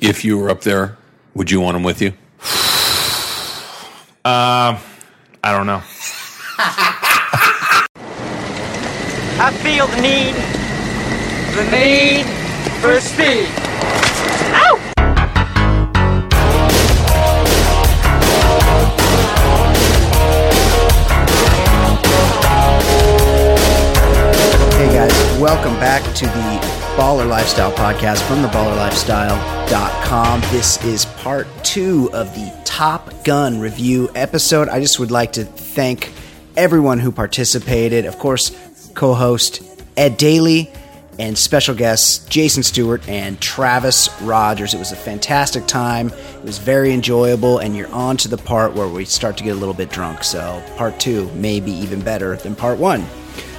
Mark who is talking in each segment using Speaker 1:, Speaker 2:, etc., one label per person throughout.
Speaker 1: if you were up there, would you want him with you?
Speaker 2: Uh, I don't know.
Speaker 3: I feel the need, the need for speed.
Speaker 4: Hey guys, welcome back to the Baller Lifestyle podcast from theballerlifestyle.com. This is part two of the Top Gun review episode. I just would like to thank everyone who participated. Of course, co host Ed Daly and special guests Jason Stewart and Travis Rogers. It was a fantastic time. It was very enjoyable, and you're on to the part where we start to get a little bit drunk. So, part two may be even better than part one.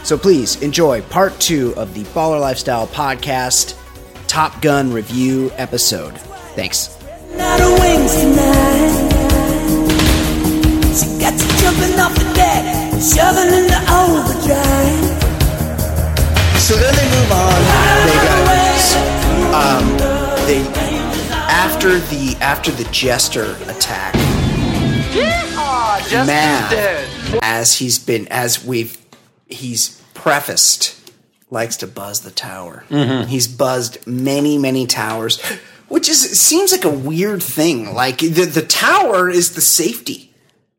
Speaker 4: So please enjoy part two of the Baller Lifestyle Podcast Top Gun review episode. Thanks.
Speaker 5: Not her wings tonight. She got you jumping off the deck, shoving into overdrive.
Speaker 4: So then they move on. They go. Um, they after the after the jester attack.
Speaker 3: Just
Speaker 4: Mav,
Speaker 3: dead.
Speaker 4: as he's been as we've he's prefaced likes to buzz the tower he's buzzed many many towers which is it seems like a weird thing like the, the tower is the safety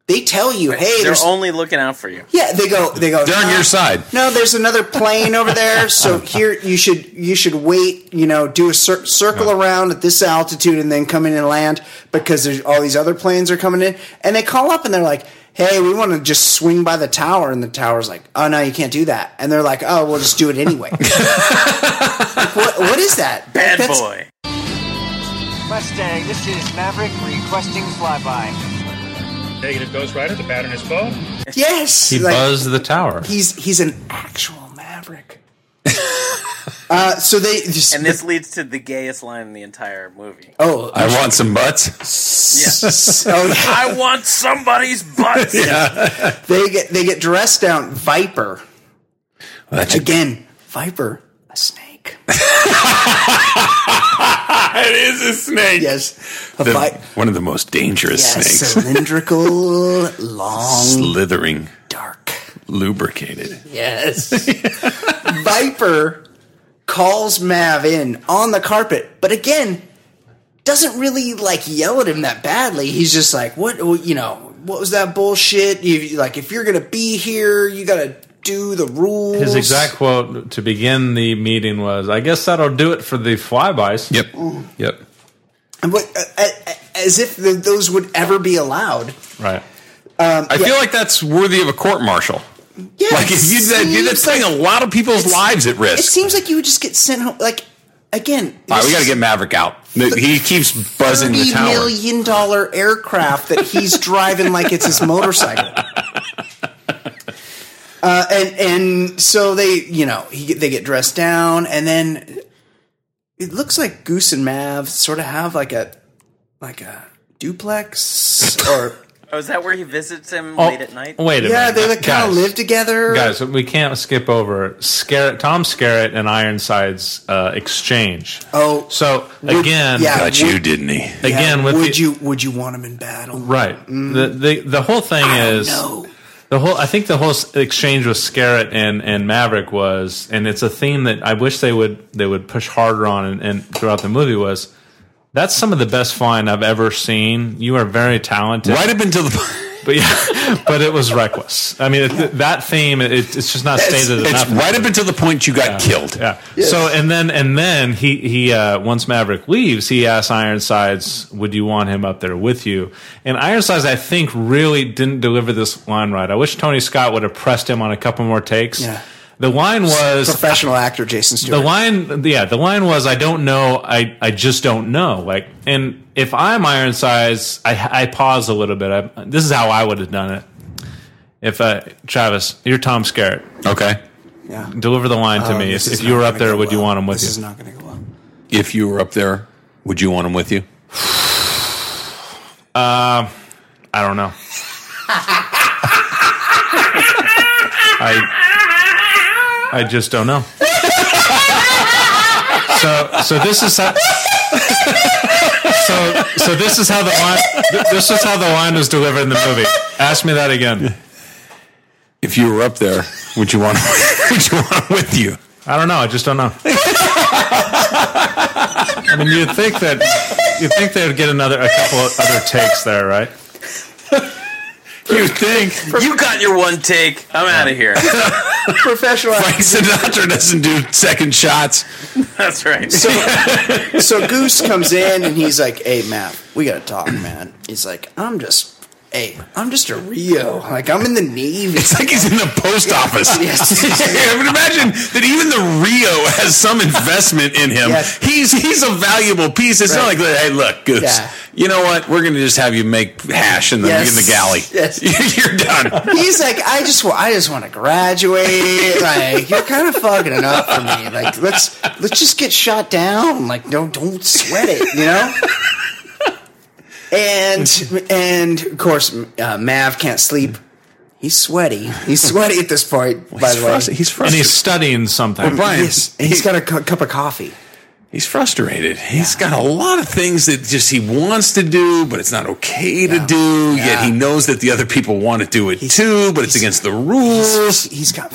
Speaker 4: they tell you hey
Speaker 6: They're
Speaker 4: there's
Speaker 6: only looking out for you.
Speaker 4: yeah they go they go
Speaker 1: They're on
Speaker 4: "No,
Speaker 1: your side.
Speaker 4: no there's another plane over there so here you should you should wait you know do a cir- circle around at this altitude and then come in and land because there's all these other planes are coming in and they call up and they're like hey we want to just swing by the tower and the tower's like oh no you can't do that and they're like oh we'll just do it anyway like, what, what is that
Speaker 6: Bad
Speaker 4: That's-
Speaker 6: boy.
Speaker 3: Mustang, this is Maverick requesting flyby.
Speaker 7: Negative Ghost Rider, the pattern is full.
Speaker 4: yes
Speaker 2: He
Speaker 4: like-
Speaker 2: buzzed the tower.
Speaker 4: he's he's an actual maverick uh, so they just,
Speaker 6: And this leads to the gayest line in the entire movie.
Speaker 4: oh
Speaker 1: I want some butts.
Speaker 4: oh yeah
Speaker 6: I want somebody's butt.
Speaker 4: They get they get dressed down. Viper
Speaker 1: That's
Speaker 4: again. Viper, a snake.
Speaker 1: it is a snake.
Speaker 4: Yes, a
Speaker 1: The-
Speaker 4: vi-
Speaker 1: one of the most dangerous
Speaker 4: yes,
Speaker 1: snakes.
Speaker 4: cylindrical, long,
Speaker 1: Slithering,
Speaker 4: dark.
Speaker 1: lubricated.
Speaker 4: Yes, Viper calls Mav in on the carpet, but again, doesn't really like yell at him that badly. He's just like, what what- you know, what was that bullshit? You, like, if you're gonna be here, you gotta do the rules.
Speaker 2: His exact quote to begin the meeting was, "I guess that'll do it for the flybys."
Speaker 1: Yep.
Speaker 4: Mm.
Speaker 1: Yep.
Speaker 4: And what- uh, uh, as if th those would ever be allowed.
Speaker 2: Right.
Speaker 4: Um,
Speaker 1: I feel like that's worthy of a court martial.
Speaker 4: Yeah,
Speaker 1: Like if you did, dude, that's putting a lot of people's lives at
Speaker 4: It
Speaker 1: risk.
Speaker 4: seems like you would just get sent home. Like again,
Speaker 1: All right, we
Speaker 4: this
Speaker 1: got to get Maverick out. He keeps buzzing the
Speaker 4: thirty
Speaker 1: tower.
Speaker 4: million dollar aircraft that he's driving like it's his motorcycle. Uh, and and so they you know he, get- they get dressed down and then it looks like Goose and Mav sort of have like a like a duplex or
Speaker 6: Oh, is that where he visits him
Speaker 4: Oh,
Speaker 6: late at night?
Speaker 2: Oh, Wait a
Speaker 4: yeah
Speaker 2: minute.
Speaker 4: they like kind
Speaker 2: Guys,
Speaker 4: of live together.
Speaker 2: Guys, we can't skip over Scarrett, Tom Scarrett and Ironside's uh, exchange.
Speaker 4: Oh.
Speaker 2: so
Speaker 4: Would-
Speaker 2: again,
Speaker 4: yeah.
Speaker 1: Got you, didn't he?
Speaker 4: Yeah,
Speaker 2: again with
Speaker 4: would
Speaker 2: the-
Speaker 4: you would you want him in battle?
Speaker 2: right? The, the the whole thing is
Speaker 4: No.
Speaker 2: The whole, I think the whole s- exchange with Scarrett and, and Maverick was, and it's a theme that I wish they would they would push harder on and, and throughout the movie was. That's some of the best flying I've ever seen. You are very talented,
Speaker 1: Right up until the
Speaker 2: but yeah, but it was reckless. I mean, it, that theme it, it's just not stated
Speaker 1: it's
Speaker 2: enough.
Speaker 1: right up until the point you got killed.
Speaker 2: Yeah. So and then and then he he uh, once Maverick leaves, he asks Ironsides, "Would you want him up there with you?" And Ironsides, I think, really didn't deliver this line right. I wish Tony Scott would have pressed him on a couple more takes.
Speaker 4: Yeah.
Speaker 2: The line was
Speaker 4: Professional actor Jason
Speaker 2: the
Speaker 4: Stewart.
Speaker 2: line. Yeah, the line was, "I don't know. I I just don't know." Like, and if I'm Ironsides, I I pause a little bit. I, this is how I would have done it. If uh, Travis, you're Tom Skerritt,
Speaker 1: Okay.
Speaker 4: yeah.
Speaker 2: deliver the line to
Speaker 4: Oh,
Speaker 2: me.
Speaker 4: this
Speaker 2: If,
Speaker 4: is
Speaker 2: if you
Speaker 4: not
Speaker 2: were up
Speaker 4: gonna
Speaker 2: there,
Speaker 4: go
Speaker 2: would you
Speaker 4: well.
Speaker 2: want him with
Speaker 4: this
Speaker 2: you?
Speaker 4: is not going to go well.
Speaker 1: If you were up there, would you want him with you?
Speaker 2: I don't know. I I just don't know. so so this is how So this is how the line. th- This is how the line was delivered in the movie. Ask me that again.
Speaker 1: If you were up there, would you want? would you want with you?
Speaker 2: I don't know. I just don't know. I mean, you'd think that you'd think they would get another a couple of other takes there, right?
Speaker 1: You think
Speaker 6: You got your one take. I'm out of here.
Speaker 4: Professional.
Speaker 1: Frank Sinatra doesn't do second shots?
Speaker 6: That's right.
Speaker 4: so Goose comes in and he's like, "Hey, Matt, we gotta talk, man." He's like, "I'm just, hey, I'm just a Rio. Like, I'm in the Navy."
Speaker 1: It's like he's in the post office. I would imagine that even the Rio has some investment in him.
Speaker 4: Yes.
Speaker 1: He's he's a valuable piece. It's not like,
Speaker 4: Right.
Speaker 1: hey, look, Goose,
Speaker 4: Yeah.
Speaker 1: you know what? We're going to just have you make hash in the,
Speaker 4: Yes.
Speaker 1: in the galley.
Speaker 4: Yes.
Speaker 1: You're done.
Speaker 4: He's like, I just want, I just want to graduate. Like, you're kind of fucking it up for me. Like, let's let's just get shot down. Like, no, don't sweat it. You know. And and of course, uh, Mav can't sleep. He's sweaty. He's sweaty at this point. by the way,
Speaker 1: Frust- he's
Speaker 2: And
Speaker 1: frustrated.
Speaker 2: he's studying something.
Speaker 1: Brian,
Speaker 4: Yes, and he's got a cu- cup of coffee.
Speaker 1: He's frustrated. He's got a lot of things that just he wants to do, but it's not okay to
Speaker 4: Yeah.
Speaker 1: do. Yet
Speaker 4: Yeah.
Speaker 1: he knows that the other people want to do it
Speaker 4: He's-
Speaker 1: too, but it's
Speaker 4: he's-
Speaker 1: against the rules.
Speaker 4: He's got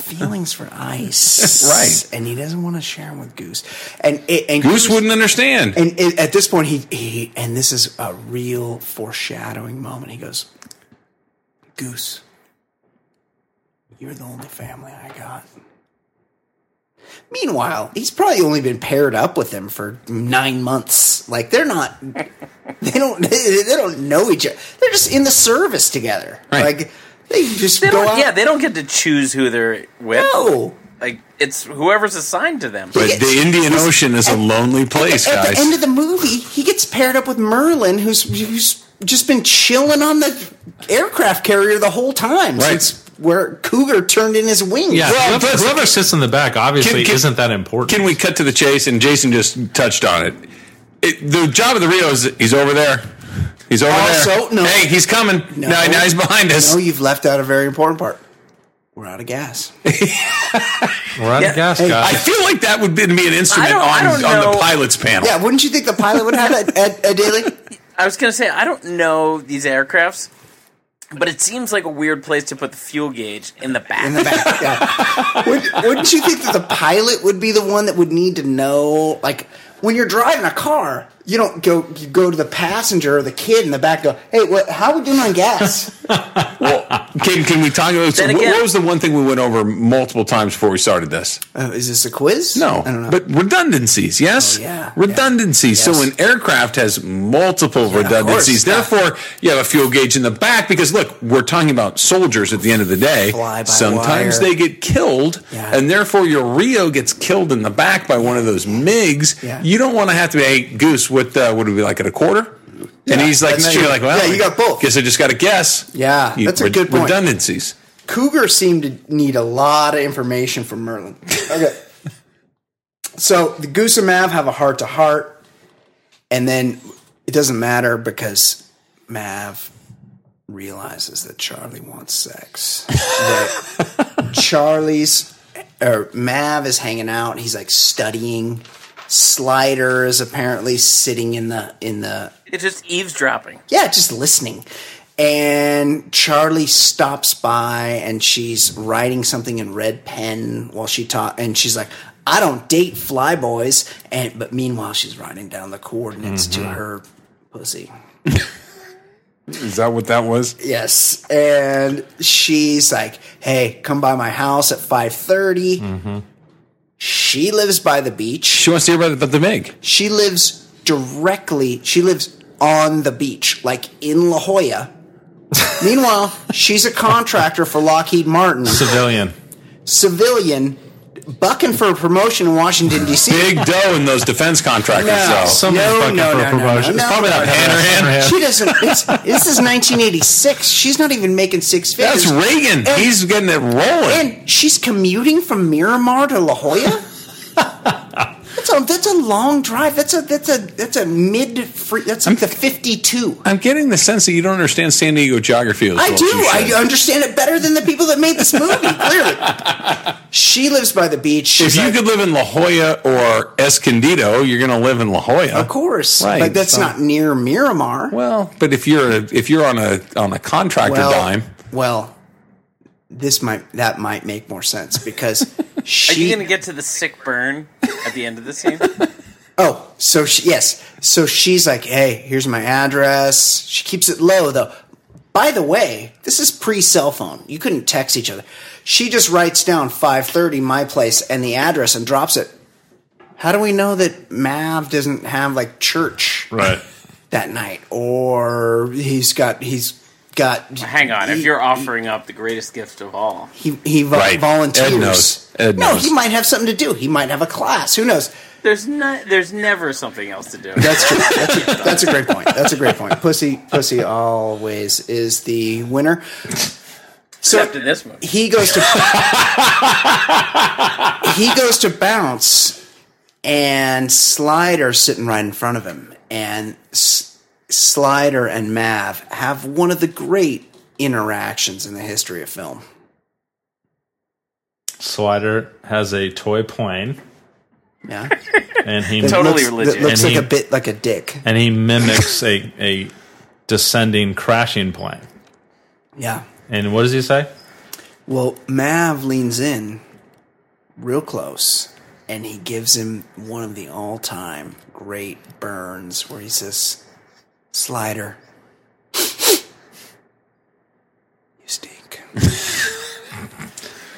Speaker 4: feelings for ice,
Speaker 1: Right.
Speaker 4: And he doesn't want to share them with Goose. And and, and
Speaker 1: Goose wouldn't understand.
Speaker 4: And, and at this point, he, he and this is a real foreshadowing moment. He goes, Goose, you're the only family I got. Meanwhile, he's probably only been paired up with them for nine months. Like they're not, they don't, they don't know each other. They're just in the service together.
Speaker 1: Right.
Speaker 4: Like they just
Speaker 6: They
Speaker 4: go
Speaker 6: don't,
Speaker 4: out.
Speaker 6: yeah, they don't get to choose who they're with.
Speaker 4: no.
Speaker 6: Like it's whoever's assigned to them.
Speaker 1: But
Speaker 4: He
Speaker 1: the
Speaker 4: gets-
Speaker 1: Indian Ocean is a lonely place,
Speaker 4: At
Speaker 1: guys.
Speaker 4: the end of the movie, he gets paired up with Merlin, who's who's just been chilling on the aircraft carrier the whole time
Speaker 1: Right.
Speaker 4: since where Cougar turned in his wings.
Speaker 2: Yeah,
Speaker 1: Well,
Speaker 2: whoever,
Speaker 1: but-
Speaker 2: whoever sits in the back obviously
Speaker 1: Can- can-
Speaker 2: isn't that important.
Speaker 1: Can we cut to the chase? And Jason just touched on it. It- the job of the Rio is he's over there. He's over
Speaker 4: Also,
Speaker 1: there.
Speaker 4: no.
Speaker 1: Hey, he's coming.
Speaker 4: No.
Speaker 1: now, now he's behind us.
Speaker 4: No, you've left out a very important part. We're out of gas.
Speaker 2: We're out of
Speaker 6: Yeah.
Speaker 2: gas,
Speaker 4: Hey,
Speaker 2: guys.
Speaker 1: I feel like that would be be an instrument
Speaker 6: I don't- I
Speaker 1: on,
Speaker 6: don't
Speaker 1: on the
Speaker 6: know.
Speaker 1: pilot's panel.
Speaker 4: yeah, wouldn't you think the pilot would have that at, at daily?
Speaker 6: I was gonna say I don't know these aircrafts, but it seems like a weird place to put the fuel gauge in the back.
Speaker 4: In the back. Yeah. Would, wouldn't you think that the pilot would be the one that would need to know? Like when you're driving a car, you don't go you go to the passenger or the kid in the back. And go, hey, what? How we doing on gas?
Speaker 1: Well, can, can we talk about so
Speaker 6: Then
Speaker 1: what,
Speaker 6: again-
Speaker 1: what was the one thing we went over multiple times before we started this?
Speaker 4: Uh, is this a quiz?
Speaker 1: No,
Speaker 4: I don't know.
Speaker 1: but redundancies, yes?
Speaker 4: Oh, yeah.
Speaker 1: Redundancies.
Speaker 4: Yes.
Speaker 1: So an aircraft has multiple
Speaker 4: of
Speaker 1: redundancies.
Speaker 4: course, yeah.
Speaker 1: Therefore, you have a fuel gauge in the back because, look, we're talking about soldiers at the end of the day.
Speaker 4: Fly by
Speaker 1: Sometimes
Speaker 4: wire.
Speaker 1: they get killed,
Speaker 4: Yeah.
Speaker 1: and therefore your Rio gets killed in the back by one of those MiGs.
Speaker 4: Yeah.
Speaker 1: You don't want to have to be, hey, Goose, what uh, would it be like at a quarter? and
Speaker 4: Yeah,
Speaker 1: he's like,
Speaker 4: that's
Speaker 1: no,
Speaker 4: true.
Speaker 1: you're like, well,
Speaker 4: Yeah, you got both.
Speaker 1: Guess I just got to guess.
Speaker 4: Yeah, that's a
Speaker 1: red-
Speaker 4: good point.
Speaker 1: Redundancies.
Speaker 4: Cougar seemed to need a lot of information from Merlin. Okay. so the Goose and Mav have a heart to heart, and then it doesn't matter because Mav realizes that Charlie wants sex. That Charlie's or Mav is hanging out. He's like studying. Slider is apparently sitting in the in the
Speaker 6: It's just eavesdropping.
Speaker 4: yeah, just listening. And Charlie stops by and she's writing something in red pen while she taught and she's like, I don't date flyboys and but meanwhile she's writing down the coordinates to her pussy.
Speaker 1: Is that what that was?
Speaker 4: Yes. And she's like, Hey, come by my house at five She lives by the beach.
Speaker 1: She wants to hear about, about the MiG.
Speaker 4: She lives directly, she lives on the beach, like in La Jolla. Meanwhile, she's a contractor for Lockheed Martin,
Speaker 2: Civilian.
Speaker 4: civilian, bucking for a promotion in Washington, D.C.
Speaker 1: Big dough in those defense contractors,
Speaker 4: No.
Speaker 1: though.
Speaker 2: Someone's
Speaker 4: No,
Speaker 2: fucking
Speaker 4: no,
Speaker 2: for
Speaker 4: no,
Speaker 2: a
Speaker 4: no,
Speaker 2: promotion.
Speaker 4: no,
Speaker 2: It's
Speaker 4: no.
Speaker 2: probably not
Speaker 1: Hanrahan.
Speaker 2: Hanrahan.
Speaker 4: She doesn't. It's, this is 1986. She's not even making six figures.
Speaker 1: That's Reagan.
Speaker 4: And-
Speaker 1: He's getting it rolling.
Speaker 4: And she's commuting from Miramar to La Jolla. That's a also that's a long drive. That's a that's a that's a mid free. That's like the fifty-two.
Speaker 1: I'm getting the sense that you don't understand San Diego geography. As
Speaker 4: I
Speaker 1: well
Speaker 4: do.
Speaker 1: As you should.
Speaker 4: I understand it better than the people that made this movie. Clearly, she lives by the beach.
Speaker 1: If
Speaker 4: She's
Speaker 1: you
Speaker 4: like,
Speaker 1: could live in La Jolla or Escondido, you're going to live in La Jolla.
Speaker 4: of course,
Speaker 1: Right,
Speaker 4: but that's
Speaker 1: so-
Speaker 4: not near Miramar.
Speaker 1: Well, but if you're a, if you're on a on a contractor dime,
Speaker 4: well, this might that might make more sense because
Speaker 6: Are
Speaker 4: she.
Speaker 6: you gonna get to the sick burn at the end of the scene?
Speaker 4: Oh, so she, yes. So she's like, hey, here's my address. She keeps it low, though. By the way, this is pre cell phone. You couldn't text each other. She just writes down 530 my place and the address and drops it. How do we know that Mav doesn't have like church
Speaker 2: Right.
Speaker 4: that night or he's got, he's got.
Speaker 6: Hang on, if
Speaker 4: he-
Speaker 6: you're offering up the greatest gift of all,
Speaker 4: He, he vo-
Speaker 1: Right.
Speaker 4: volunteers.
Speaker 1: Ed knows. Ed
Speaker 4: no,
Speaker 1: knows.
Speaker 4: he might have something to do. He might have a class. Who knows?
Speaker 6: there's not, there's never something else to do.
Speaker 4: That's true. That's a, that's a great point. That's a great point. Pussy, pussy always is the winner. So
Speaker 6: Except in this movie.
Speaker 4: he goes to he goes to bounce, and Slider sitting right in front of him, and S- Slider and Mav have one of the great interactions in the history of film.
Speaker 2: Slider has a toy plane,
Speaker 4: Yeah,
Speaker 2: and he
Speaker 6: Totally
Speaker 4: Looks-
Speaker 6: religious.
Speaker 4: That looks
Speaker 2: And
Speaker 4: like
Speaker 2: he-
Speaker 4: a bit like a dick.
Speaker 2: and he mimics a a descending crashing plane.
Speaker 4: Yeah.
Speaker 2: And what does he say?
Speaker 4: Well, Mav leans in real close and he gives him one of the all time great burns where he says, Slider, you stink.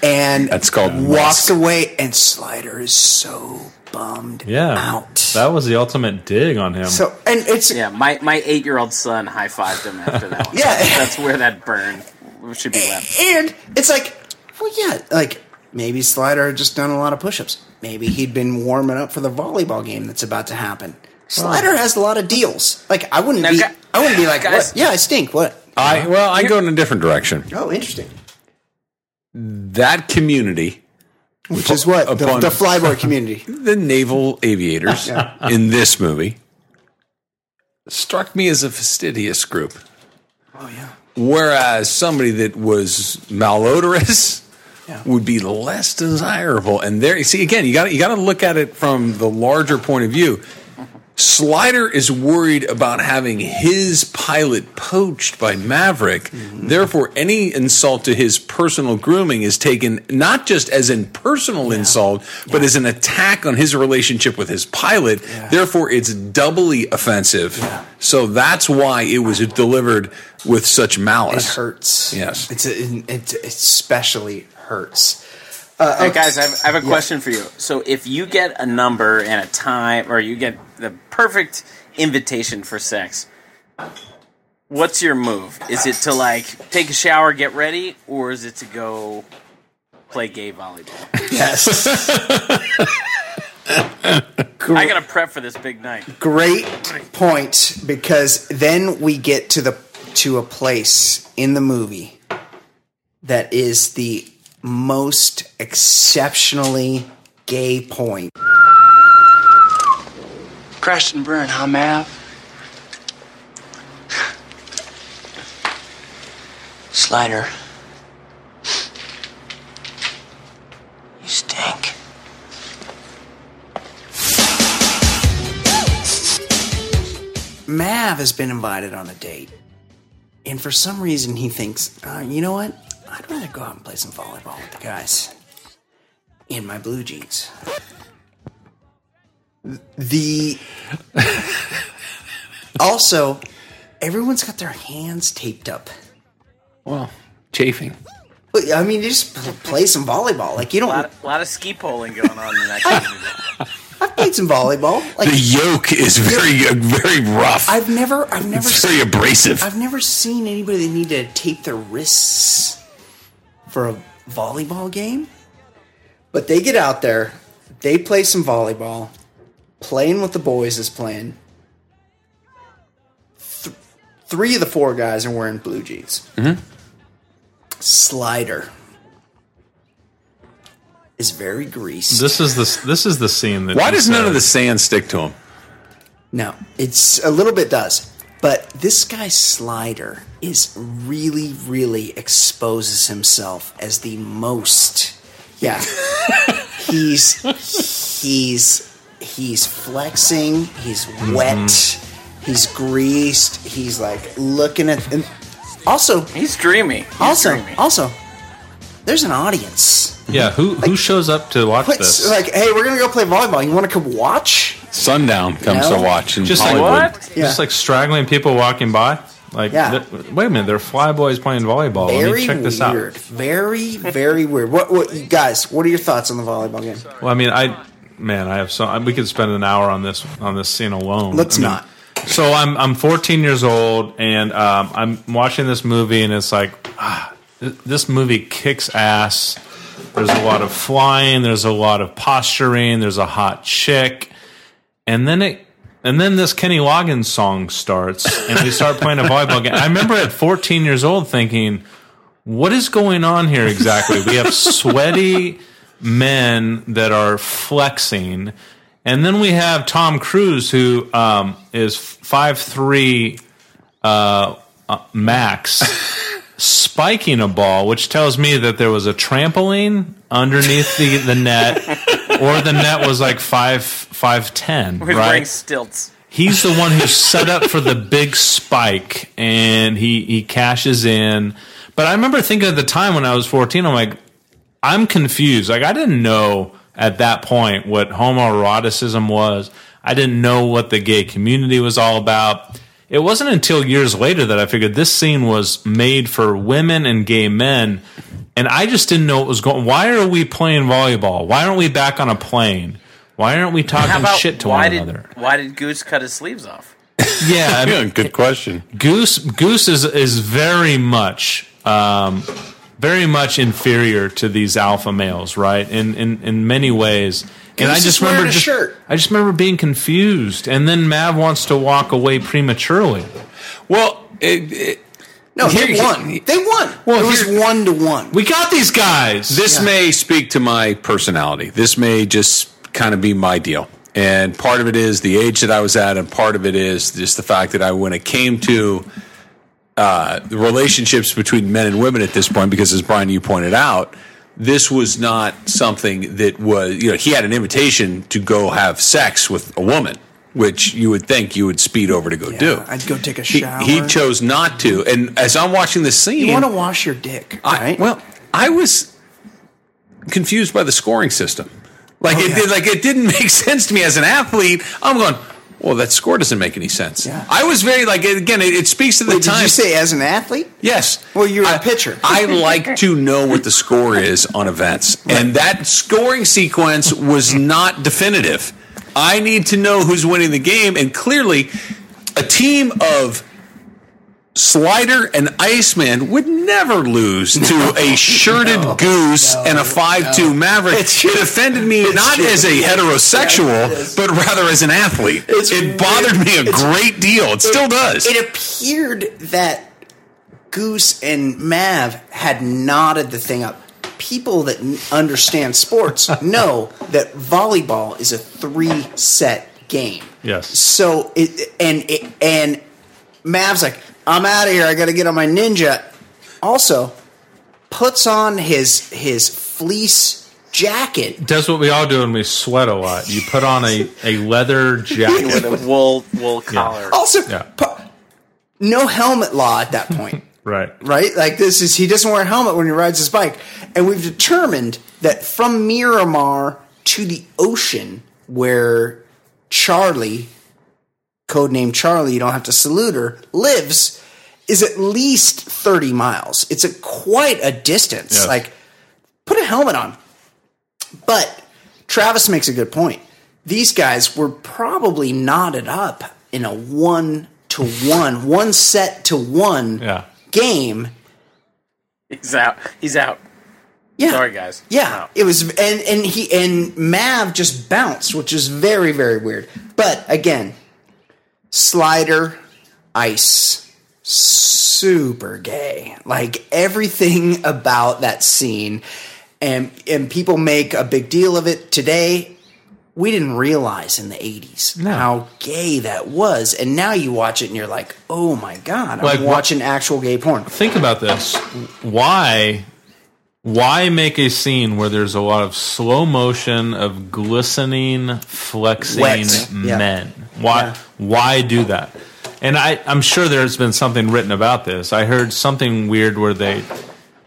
Speaker 4: and
Speaker 1: That's called risk.
Speaker 4: walks away, and Slider is so bummed
Speaker 2: Yeah,
Speaker 4: out.
Speaker 2: that was the ultimate dig on him.
Speaker 4: so, and it's,
Speaker 6: Yeah, my, my eight year old son high fived him after that one.
Speaker 4: Yeah.
Speaker 6: that's where that burn should be left.
Speaker 4: And it's like, well, yeah, like maybe Slider had just done a lot of push ups. Maybe he'd been warming up for the volleyball game that's about to happen. Slider has a lot of deals. Like I wouldn't
Speaker 6: Now,
Speaker 4: be,
Speaker 6: gu-
Speaker 4: I wouldn't be like, what?
Speaker 6: guys-
Speaker 4: yeah, I stink. What?
Speaker 1: I well, I go in a different direction.
Speaker 4: Oh, interesting.
Speaker 1: That community,
Speaker 4: Which is what the,
Speaker 1: Upon-
Speaker 4: the flyboy community.
Speaker 1: the naval aviators in this movie, struck me as a fastidious group.
Speaker 4: oh yeah,
Speaker 1: Whereas somebody that was malodorous would be less desirable. And there, see, again, you got you got to look at it from the larger point of view. Slider is worried about having his pilot poached by Maverick. Therefore, any insult to his personal grooming is taken not just as an personal insult, but as an attack on his relationship with his pilot. Therefore, it's doubly offensive. So that's why it was delivered with such
Speaker 4: it
Speaker 1: malice.
Speaker 4: hurts.
Speaker 1: Yes.
Speaker 4: it's it, it, it especially hurts.
Speaker 6: Hey, guys, I have, I have a question for you. So if you get a number and a time, or you get the perfect invitation for sex, what's your move? Is it to like take a shower, get ready, or is it to go play gay volleyball?
Speaker 4: Yes,
Speaker 6: I got to prep for this big night.
Speaker 4: great point because then we get to the to a place in the movie that is the most exceptionally gay point.
Speaker 8: Crash and burn, huh, Mav? Slider. You stink.
Speaker 4: Mav has been invited on a date, and for some reason he thinks, uh, you know what? I'd rather go out and play some volleyball with the guys in my blue jeans. The also, everyone's got their hands taped up.
Speaker 1: Well, chafing.
Speaker 4: But, I mean, just pl- play some volleyball. Like you
Speaker 6: A
Speaker 4: don't.
Speaker 6: lot, a lot of ski polling going on in that community.
Speaker 4: I've played some volleyball. Like
Speaker 1: The yoke is very, very rough.
Speaker 4: I've never, I've never,
Speaker 1: it's very abrasive.
Speaker 4: I've never seen anybody that need to tape their wrists for a volleyball game. But they get out there, they play some volleyball, playing with the boys is playing. Th- three of the four guys are wearing blue jeans. Slider is is very greased.
Speaker 2: This is the this is the scene that.
Speaker 1: Why
Speaker 2: you
Speaker 1: does none
Speaker 2: said-
Speaker 1: of the sand stick to him?
Speaker 4: No, it's a little bit does, but this guy's slider is really, really exposes himself as the most. Yeah, he's he's he's flexing. He's wet. He's greased. He's like looking at. And also,
Speaker 6: He's dreamy. He's
Speaker 4: also,
Speaker 6: dreamy.
Speaker 4: also, there's an audience.
Speaker 2: Yeah, who who shows up to watch
Speaker 4: What's
Speaker 2: this?
Speaker 4: like, hey, we're gonna go play volleyball. You want to come watch?
Speaker 1: Sundown comes
Speaker 4: No.
Speaker 1: to watch in
Speaker 2: just like
Speaker 1: Hollywood.
Speaker 4: Yeah.
Speaker 2: Just like straggling people walking by. Like,
Speaker 4: Yeah.
Speaker 2: th- wait a minute, they're fly boys playing volleyball. Let me
Speaker 4: Very
Speaker 2: check
Speaker 4: weird.
Speaker 2: this out.
Speaker 4: Very, very weird. What, what, you guys? What are your thoughts on the volleyball game?
Speaker 2: Well, I mean, I man, I have so we could spend an hour on this on this scene alone.
Speaker 4: Let's
Speaker 2: I mean,
Speaker 4: not.
Speaker 2: So I'm I'm 14 years old and um, I'm watching this movie and it's like ah, th- this movie kicks ass. There's a lot of flying. There's a lot of posturing. There's a hot chick, and then it. And then this Kenny Loggins song starts, and we start playing a volleyball game. I remember at 14 years old thinking, what is going on here exactly? We have sweaty men that are flexing, and then we have Tom Cruise who um, is five three uh, uh, max, spiking a ball, which tells me that there was a trampoline underneath the, the net, or the net was like five five ten.
Speaker 6: He's
Speaker 2: right?
Speaker 6: wearing stilts.
Speaker 2: he's the one who's set up for the big spike and he he cashes in but i remember thinking at the time when i was 14 i'm like i'm confused like i didn't know at that point what homoeroticism was i didn't know what the gay community was all about it wasn't until years later that i figured this scene was made for women and gay men and i just didn't know what was going why are we playing volleyball why aren't we back on a plane why aren't we
Speaker 6: How
Speaker 2: talking
Speaker 6: about
Speaker 2: shit to
Speaker 6: why
Speaker 2: one
Speaker 6: did
Speaker 2: another?
Speaker 6: why did Goose cut his sleeves off?
Speaker 2: Yeah, I mean,
Speaker 1: Yeah, good question.
Speaker 2: Goose Goose is is very much um, very much inferior to these alpha males, right? In in in many ways. and
Speaker 4: Goose
Speaker 2: I
Speaker 4: is
Speaker 2: just
Speaker 4: wearing
Speaker 2: remember
Speaker 4: a
Speaker 2: just,
Speaker 4: shirt.
Speaker 2: I just remember being confused, and then Mav wants to walk away prematurely.
Speaker 1: Well, it, it,
Speaker 4: No, they
Speaker 1: Here-
Speaker 4: won. they won.
Speaker 2: Well,
Speaker 4: it was
Speaker 2: here-
Speaker 4: one to one.
Speaker 2: We got these guys.
Speaker 1: this may speak to my personality. This may just kind of be my deal. And part of it is the age that I was at, and part of it is just the fact that I, when it came to uh, the relationships between men and women at this point, because as Brian, you pointed out, this was not something that was, you know, he had an invitation to go have sex with a woman, which you would think you would speed over to go do.
Speaker 4: I'd go take a
Speaker 1: He-
Speaker 4: shower.
Speaker 1: He, chose not to. And as I'm watching this scene,
Speaker 4: You want to wash your dick,
Speaker 1: I,
Speaker 4: right?
Speaker 1: Well, I was confused by the scoring system. Like
Speaker 4: Oh,
Speaker 1: it
Speaker 4: yeah.
Speaker 1: did, like it didn't make sense to me as an athlete. I'm going, well, that score doesn't make any sense.
Speaker 4: Yeah.
Speaker 1: I was very like again, it, it speaks to the
Speaker 4: Wait,
Speaker 1: time.
Speaker 4: did you say as an athlete?
Speaker 1: yes?
Speaker 4: Well, you're a
Speaker 1: I-
Speaker 4: pitcher.
Speaker 1: I like to know what the score is on events, and that scoring sequence was not definitive. I need to know who's winning the game, and clearly, a team of Slider and Iceman would never lose to a shirted goose and a 5'2 Maverick. it offended me not as a heterosexual, but rather as an athlete.
Speaker 4: It's
Speaker 1: it bothered me a great deal. It still does.
Speaker 4: It appeared that Goose and Mav had knotted the thing up. People that n- understand sports know that volleyball is a three set game.
Speaker 2: Yes.
Speaker 4: So it and it, and Mav's like, I'm out of here. I got to get on my ninja. Also, puts on his his fleece jacket.
Speaker 2: does what we all do when we sweat a lot. You put on a, a leather
Speaker 6: With
Speaker 2: jacket.
Speaker 6: a wool wool collar.
Speaker 4: Also,
Speaker 2: Yeah.
Speaker 4: pu- no helmet law at that point.
Speaker 2: Right.
Speaker 4: right? Like this is he doesn't wear a helmet when he rides his bike, and we've determined that from Miramar to the ocean, where Charlie, codenamed Charlie, you don't have to salute her, lives, is at least thirty miles. It's a quite a distance.
Speaker 2: Yes.
Speaker 4: Like, put a helmet on. But Travis makes a good point. These guys were probably knotted up in a one to one, one set to one
Speaker 2: Yeah.
Speaker 4: game.
Speaker 6: He's out. He's out.
Speaker 4: Yeah.
Speaker 6: Sorry, guys.
Speaker 4: Yeah. It was and and he and Mav just bounced, which is very very weird. But again, slider ice super gay. Like everything about that scene and and people make a big deal of it today. We didn't realize in the '80s how gay that was, and now you watch it and you're like, "Oh my god, I'm
Speaker 2: Like, what-
Speaker 4: watching actual gay porn."
Speaker 2: think about this. Why why make a scene where there's a lot of slow motion of glistening, flexing
Speaker 4: Wet. Yeah.
Speaker 2: men? Why
Speaker 4: Yeah.
Speaker 2: why do that? And I, I'm sure there's been something written about this. I heard something weird where they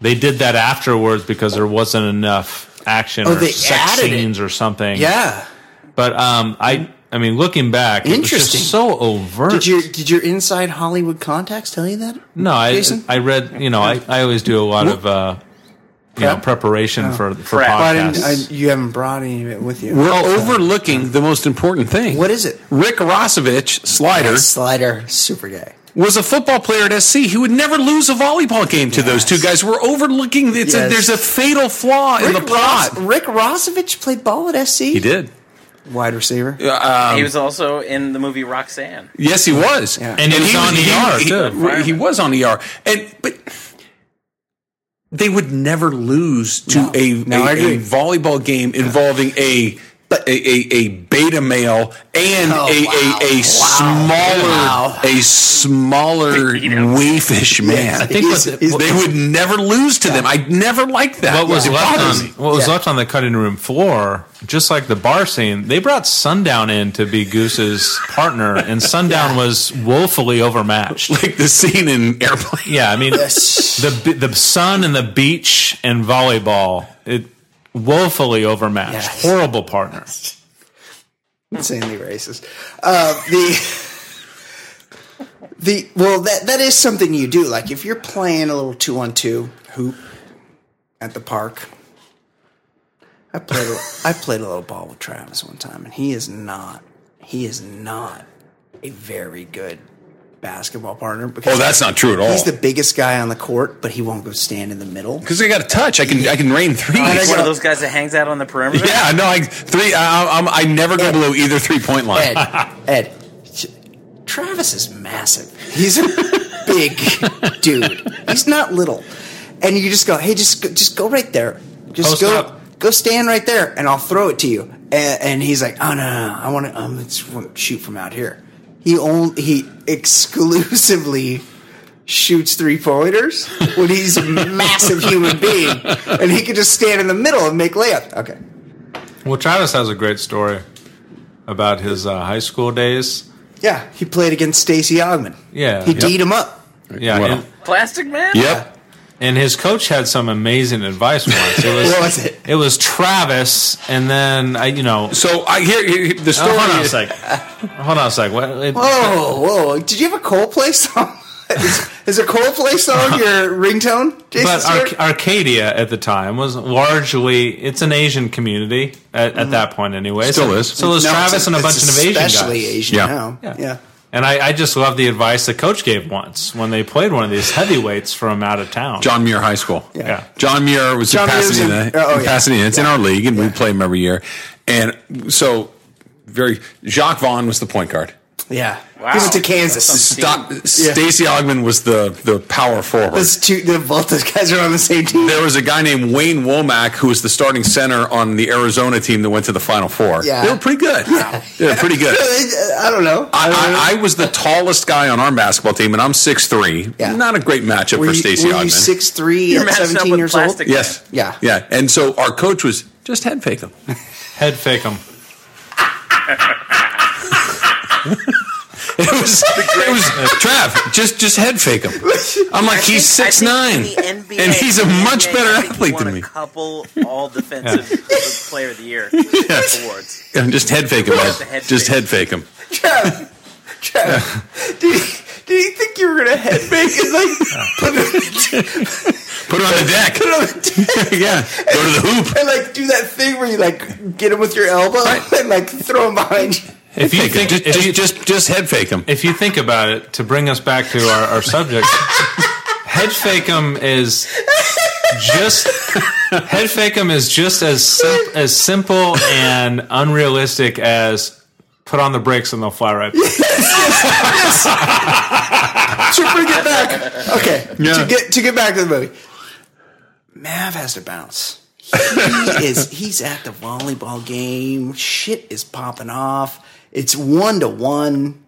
Speaker 2: they did that afterwards because there wasn't enough action
Speaker 4: Oh,
Speaker 2: or
Speaker 4: they
Speaker 2: sex
Speaker 4: added it.
Speaker 2: scenes or something.
Speaker 4: Yeah.
Speaker 2: But um, I I mean, looking back, it was
Speaker 4: Interesting.
Speaker 2: just so overt.
Speaker 4: Did your did your inside Hollywood contacts tell you that?
Speaker 2: No, I
Speaker 4: Jason?
Speaker 2: I read. You know, I, I always do a lot of uh, you know preparation for for
Speaker 6: Prep.
Speaker 4: Why
Speaker 2: podcasts.
Speaker 4: didn't I, you haven't brought any of it with you?
Speaker 1: We're overlooking the most important thing.
Speaker 4: Oh, What is it?
Speaker 1: Rick Rosovich, Slider,
Speaker 4: Slider, super gay.
Speaker 1: was a football player at SC who would never lose a volleyball game to those two guys. We're overlooking. It's a,
Speaker 4: Yes.
Speaker 1: there's a fatal flaw in the plot.
Speaker 4: Ross- Rick Rossovich played ball at SC.
Speaker 1: he did.
Speaker 4: Wide receiver.
Speaker 1: Um,
Speaker 6: he was also in the movie Roxanne.
Speaker 1: Yes, he was. E
Speaker 2: And he was on ER,
Speaker 1: he,
Speaker 2: too.
Speaker 1: He, he was on ER, and but they would never lose to
Speaker 4: No.
Speaker 1: a,
Speaker 4: No,
Speaker 1: a-
Speaker 4: I agree.
Speaker 1: a volleyball game involving a a, a, a beta male and
Speaker 4: Oh,
Speaker 1: a,
Speaker 4: wow.
Speaker 1: a, a
Speaker 4: Wow.
Speaker 1: smaller
Speaker 4: Wow.
Speaker 1: a smaller waifish man.
Speaker 2: I think what the-
Speaker 4: He's-
Speaker 1: they would never lose to them. I never liked that.
Speaker 2: what was
Speaker 1: It
Speaker 2: left
Speaker 1: bothers
Speaker 2: on
Speaker 1: me.
Speaker 2: what was
Speaker 4: Yeah.
Speaker 2: left on the cutting room floor, just like the bar scene, they brought Sundown in to be Goose's partner, and Sundown was woefully overmatched.
Speaker 1: like the scene in Airplane?
Speaker 2: Yeah, I mean
Speaker 4: Yes.
Speaker 2: the be- the sun and the beach and volleyball it woefully overmatched,
Speaker 4: Yes.
Speaker 2: horrible partner.
Speaker 4: insanely racist. Uh, the the well, that that is something you do. Like if you're playing a little two on two hoop at the park. I played a, I played a little ball with Travis one time, and he is not he is not a very good basketball partner because
Speaker 1: Oh, that's not true at all.
Speaker 4: he's the biggest guy on the court, but he won't go stand in the middle.
Speaker 1: Because I got a touch. I can I can rain threes.
Speaker 6: He's
Speaker 4: think
Speaker 6: one
Speaker 4: so.
Speaker 6: of those guys that hangs out on the perimeter.
Speaker 1: Yeah, no, I three. I, I'm, I never go below either three point line.
Speaker 4: Ed, Ed, Travis is massive. He's a big dude. He's not little. And you just go, hey, just go, just go right there. Just
Speaker 2: Post
Speaker 4: go,
Speaker 2: up.
Speaker 4: go stand right there, and I'll throw it to you. And, and he's like, oh no, no, no. I want to, um, let's shoot from out here. He only he exclusively shoots three pointers when he's a massive human being, and he can just stand in the middle and make layup. Okay,
Speaker 2: Well, Travis has a great story about his uh, high school days.
Speaker 4: yeah, he played against Stacy Ogman.
Speaker 2: Yeah.
Speaker 4: he
Speaker 2: Yep.
Speaker 4: D'd him up.
Speaker 2: Yeah,
Speaker 1: Wow.
Speaker 2: and-
Speaker 6: Plastic Man?
Speaker 1: Yep.
Speaker 2: And his coach had some amazing advice once. It was,
Speaker 4: What was it?
Speaker 2: It was Travis, and then I, you know,
Speaker 1: So I here, here the
Speaker 2: oh,
Speaker 1: story.
Speaker 2: hold on a
Speaker 1: is-
Speaker 2: sec. Hold on a sec. What, it,
Speaker 4: Whoa, Oh, whoa! Did you have a Coldplay song? is, is a Coldplay song your ringtone, Jason?
Speaker 2: but Arc-
Speaker 4: Stewart?
Speaker 2: Arcadia at the time was largely it's an Asian community at, at that point anyway.
Speaker 1: Still
Speaker 2: so,
Speaker 1: is.
Speaker 2: Still is
Speaker 4: Mm-hmm. No,
Speaker 2: Travis
Speaker 4: it's-
Speaker 2: and a
Speaker 4: it's
Speaker 2: bunch of Asian guys.
Speaker 4: especially Asian
Speaker 1: Yeah.
Speaker 4: now. Yeah.
Speaker 2: Yeah. And I, I just love the advice the coach gave once when they played one of these heavyweights from out of town.
Speaker 1: John Muir High School.
Speaker 2: Yeah.
Speaker 1: John Muir was
Speaker 4: John
Speaker 1: in
Speaker 4: Muir's in-
Speaker 1: Pasadena.
Speaker 4: oh,
Speaker 1: in
Speaker 4: yeah.
Speaker 1: Pasadena. It's in our league, and we play him every year. And so, very Jacques Vaughn was the point guard.
Speaker 4: yeah. He went to Kansas.
Speaker 1: Stop. Stacy Ogman was the the power forward.
Speaker 4: Those two, the, both those guys are on the same team.
Speaker 1: There was a guy named Wayne Womack who was the starting center on the Arizona team that went to the Final Four.
Speaker 4: Yeah.
Speaker 1: They were pretty good. They were pretty good.
Speaker 4: Uh, I don't know. Uh,
Speaker 1: I, I, I was the tallest guy on our basketball team, and I'm 6'3".
Speaker 4: Yeah.
Speaker 1: Not a great matchup
Speaker 4: were
Speaker 1: for
Speaker 4: you,
Speaker 1: Stacy
Speaker 4: were you
Speaker 1: Ogman.
Speaker 4: six three
Speaker 6: You're
Speaker 4: at
Speaker 6: matching up
Speaker 4: seventeen
Speaker 6: with
Speaker 4: years
Speaker 6: Plastic
Speaker 4: old?
Speaker 6: Man.
Speaker 1: yes.
Speaker 4: Yeah.
Speaker 1: Yeah. And so our coach was just head fake him.
Speaker 2: Head fake him.
Speaker 1: It was, it was Trav, just just head fake him. I'm like, he's
Speaker 6: I
Speaker 1: six
Speaker 6: think
Speaker 1: nine,
Speaker 6: in the NBA,
Speaker 1: and he's a
Speaker 6: in the
Speaker 1: much
Speaker 6: NBA,
Speaker 1: better
Speaker 6: I think he
Speaker 1: athlete
Speaker 6: won
Speaker 1: than
Speaker 6: a
Speaker 1: me.
Speaker 6: Couple all defensive player of the year awards.
Speaker 1: I'm just head fake him. Ed.
Speaker 6: the head
Speaker 1: Just
Speaker 6: fake.
Speaker 1: head fake him.
Speaker 4: Trev, Trev, did, he- did he think you were gonna head fake? It's like put it-
Speaker 1: Put him on the deck.
Speaker 4: put it on the
Speaker 1: yeah, go to the hoop.
Speaker 4: and like do that thing where you like get him with your elbow and like throw him behind you.
Speaker 2: If you
Speaker 1: Fake him.
Speaker 2: think
Speaker 1: Just,
Speaker 2: if
Speaker 1: just,
Speaker 2: you-
Speaker 1: just just head fake him.
Speaker 2: if you think about it, to bring us back to our, our subject, head fakeum is just head fakeum is just as sim- as simple and unrealistic as put on the brakes and they'll fly right. By.
Speaker 4: to bring it back. Okay.
Speaker 1: Yeah.
Speaker 4: To get to get back to the movie. Mav has to bounce. he is he's at the volleyball game. Shit is popping off. It's one to one.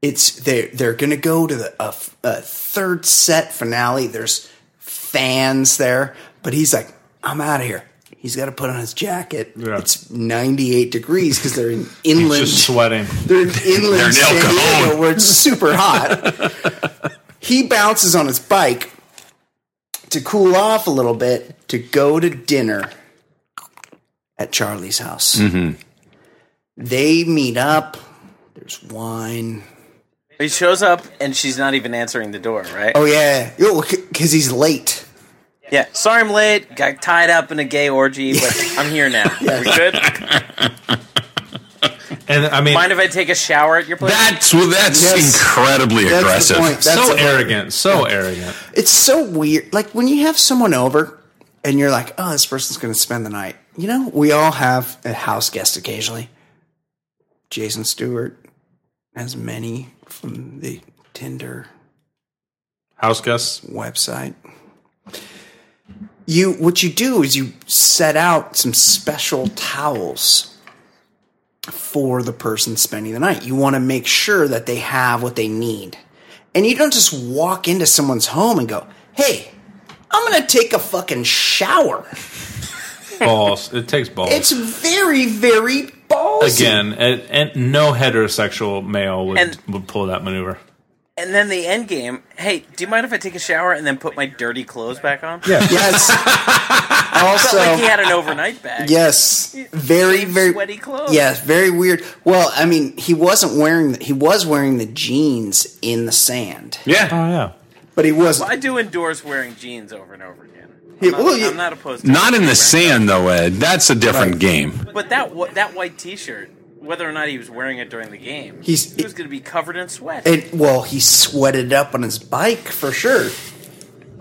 Speaker 4: It's they're they're gonna go to the a, f- a third set finale. There's fans there, but he's like, I'm out of here. He's got to put on his jacket.
Speaker 2: Yeah.
Speaker 4: It's 98 degrees because they're in inland.
Speaker 2: Just sweating.
Speaker 4: They're in inland
Speaker 1: They're in El
Speaker 4: San Diego
Speaker 1: Cajon.
Speaker 4: where it's super hot. he bounces on his bike to cool off a little bit to go to dinner at Charlie's house. They meet up. There's wine.
Speaker 6: He shows up and she's not even answering the door, right?
Speaker 4: Oh yeah, because he's late.
Speaker 6: Yeah. Sorry I'm late. Got tied up in a gay orgy, but I'm here now. We good?
Speaker 2: And I mean,
Speaker 6: Mind if I take a shower at your place?
Speaker 1: That's well, that's
Speaker 4: Yes.
Speaker 1: incredibly
Speaker 4: That's
Speaker 1: aggressive.
Speaker 4: the point. That's
Speaker 2: so
Speaker 4: the point.
Speaker 2: arrogant. So arrogant.
Speaker 4: It's so weird. Like when you have someone over and you're like, "Oh, this person's going to spend the night." You know, we all have a house guest occasionally. Jason Stewart has many from the Tinder
Speaker 2: House guests.
Speaker 4: website. You what you do is you set out some special towels for the person spending the night. You want to make sure that they have what they need. And you don't just walk into someone's home and go, "Hey, I'm going to take a fucking shower."
Speaker 2: Balls. It takes balls.
Speaker 4: It's very very ballsy.
Speaker 2: Again, and, and no heterosexual male would,
Speaker 6: And-
Speaker 2: would pull that maneuver.
Speaker 6: And then the end game. Hey, do you mind if I take a shower and then put my dirty clothes back on? Yeah.
Speaker 4: Yes. also
Speaker 6: Like he had an overnight bag.
Speaker 4: Yes, very
Speaker 6: same
Speaker 4: very
Speaker 6: sweaty clothes.
Speaker 4: Yes, very weird. Well, I mean, he wasn't wearing he was wearing the jeans in the sand,
Speaker 1: Yeah,
Speaker 2: Oh yeah.
Speaker 4: but he wasn't.
Speaker 6: I do endorse wearing jeans over and over again. I'm,
Speaker 4: Yeah,
Speaker 6: not,
Speaker 4: well, you-
Speaker 6: I'm not opposed. to
Speaker 1: not in the
Speaker 6: wearing-
Speaker 1: sand though, Ed. That's a different game.
Speaker 6: But that wh- that white T-shirt, whether or not he was wearing it during the game,
Speaker 4: He's-
Speaker 6: he was going to be covered in sweat.
Speaker 4: And well, he sweated it up on his bike for sure.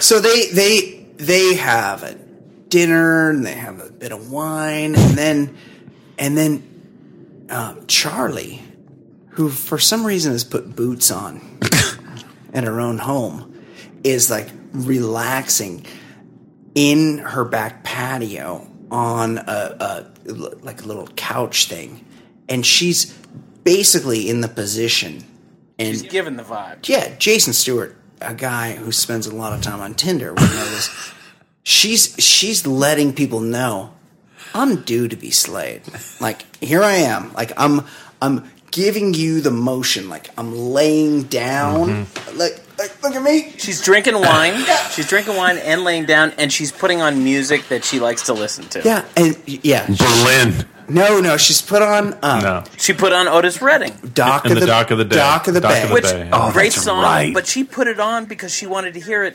Speaker 4: so they they they have a dinner and they have a bit of wine and then and then um, Charlie, who for some reason has put boots on at her own home, is like relaxing in her back patio on a, a like a little couch thing, and she's basically in the position. And
Speaker 6: He's given the vibe.
Speaker 4: yeah, Jason Stewart, a guy who spends a lot of time on Tinder, we know this. She's she's letting people know I'm due to be slayed. Like here I am. Like I'm I'm giving you the motion. Like I'm laying down.
Speaker 2: Mm-hmm.
Speaker 4: Like, like look at me.
Speaker 6: She's drinking wine. she's drinking wine and laying down, and she's putting on music that she likes to listen to.
Speaker 4: Yeah, and yeah.
Speaker 1: Berlin.
Speaker 4: No, no, she's put on um,
Speaker 2: No.
Speaker 6: She put on Otis Redding.
Speaker 4: Dock
Speaker 2: And
Speaker 4: of
Speaker 2: the
Speaker 4: the,
Speaker 2: Dock of the Day.
Speaker 4: Dock of the
Speaker 2: Dock
Speaker 4: Bay.
Speaker 2: of the
Speaker 6: Which
Speaker 2: Bay. Oh,
Speaker 6: great
Speaker 1: that's
Speaker 6: song,
Speaker 1: right.
Speaker 6: but she put it on because she wanted to hear it,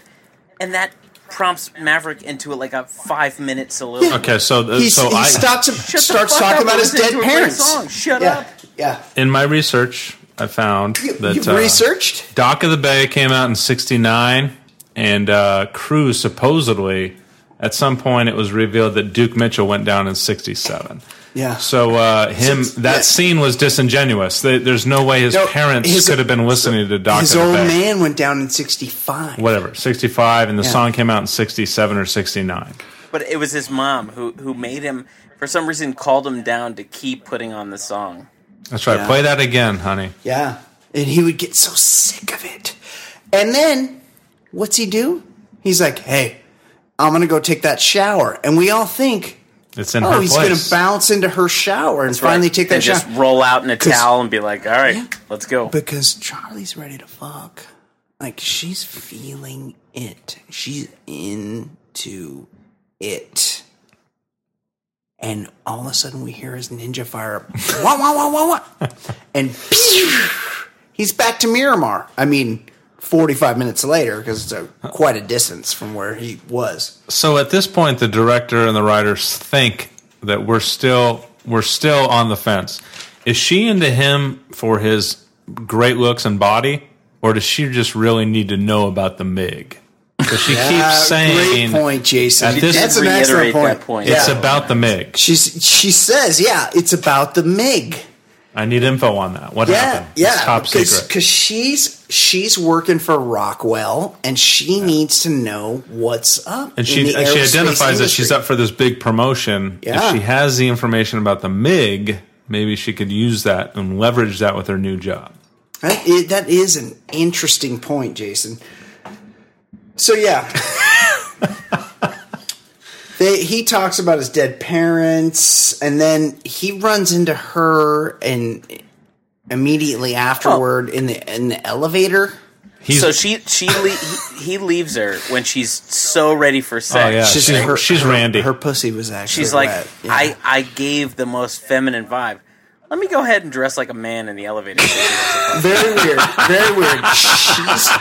Speaker 6: and that prompts Maverick into like a five minute soliloquy.
Speaker 2: Okay, so th-
Speaker 4: He's-
Speaker 2: so
Speaker 4: he
Speaker 2: I
Speaker 4: stops and
Speaker 6: Shut the
Speaker 4: starts
Speaker 6: fuck
Speaker 4: talking
Speaker 6: up,
Speaker 4: about his
Speaker 6: listen to
Speaker 4: dead
Speaker 6: a great
Speaker 4: parents.
Speaker 6: song. Shut
Speaker 4: Yeah,
Speaker 6: up.
Speaker 4: yeah.
Speaker 2: in my research I found that
Speaker 4: You've
Speaker 2: uh,
Speaker 4: researched.
Speaker 2: Dock of the Bay came out in '69, and uh, Cruise supposedly at some point it was revealed that Duke Mitchell went down in '67.
Speaker 4: Yeah.
Speaker 2: So uh, him
Speaker 4: Since-
Speaker 2: that
Speaker 4: yeah.
Speaker 2: scene was disingenuous. There- There's no way his
Speaker 4: No,
Speaker 2: parents
Speaker 4: his- uh,
Speaker 2: could have been listening to Doc.
Speaker 4: His
Speaker 2: of the
Speaker 4: old
Speaker 2: Bay.
Speaker 4: man went down in '65.
Speaker 2: Whatever, 65, and the
Speaker 4: Yeah.
Speaker 2: song came out in 67 or 69.
Speaker 6: But it was his mom who who made him for some reason called him down to keep putting on the song.
Speaker 2: That's right.
Speaker 4: Yeah.
Speaker 2: Play that again, honey.
Speaker 4: Yeah, and he would get so sick of it. And then, what's he do? He's like, "Hey, I'm gonna go take that shower," and we all think,
Speaker 2: It's in
Speaker 4: "Oh,
Speaker 2: her
Speaker 4: he's
Speaker 2: place.
Speaker 4: gonna bounce into her shower and finally
Speaker 6: Right?
Speaker 4: take that
Speaker 6: and
Speaker 4: shower."
Speaker 6: just roll out in a
Speaker 4: 'Cause-
Speaker 6: towel and be like, "All right,
Speaker 4: Yeah.
Speaker 6: let's go."
Speaker 4: because Charlie's ready to fuck. Like she's feeling it. She's into it. And all of a sudden we hear his ninja fire wah wah wah wah wah and pew, he's back to Miramar. I mean 45 minutes later because it's a, quite a distance from where he was.
Speaker 2: So at this point, the director and the writers think that we're still we're still on the fence. Is she into him for his great looks and body, or does she just really need to know about the Mig? Because she
Speaker 4: Ah,
Speaker 2: keeps saying
Speaker 4: great point, Jason.
Speaker 2: at this-
Speaker 4: That's
Speaker 6: Did
Speaker 4: an excellent
Speaker 6: reiterate
Speaker 4: point.
Speaker 6: that point.
Speaker 2: it's
Speaker 4: Yeah.
Speaker 2: about the Mig.
Speaker 4: She's, she says, yeah, it's about the MiG.
Speaker 2: I need info on that. What
Speaker 4: Yeah,
Speaker 2: happened?
Speaker 4: yeah.
Speaker 2: It's top secret.
Speaker 4: Because she's she's working for Rockwell, and she needs to know what's up.
Speaker 2: and
Speaker 4: in
Speaker 2: she
Speaker 4: the
Speaker 2: and she
Speaker 4: aerospace
Speaker 2: identifies that she's
Speaker 4: industry.
Speaker 2: up for this big promotion.
Speaker 4: Yeah.
Speaker 2: If she has the information about the MiG, maybe she could use that and leverage that with her new job.
Speaker 4: That is, that is an interesting point, Jason. So yeah, they, he talks about his dead parents, and then he runs into her, and immediately
Speaker 6: Oh.
Speaker 4: afterward in the in the elevator.
Speaker 2: He's,
Speaker 6: so she she le- he, he leaves her when she's so ready for sex.
Speaker 2: oh yeah, she's, she's,
Speaker 4: her- her-
Speaker 2: Randy.
Speaker 4: Her pussy was actually.
Speaker 6: She's like,
Speaker 4: wet. Yeah.
Speaker 6: I I gave the most feminine vibe. Let me go ahead and dress like a man in the elevator.
Speaker 4: Very weird. Very weird. She's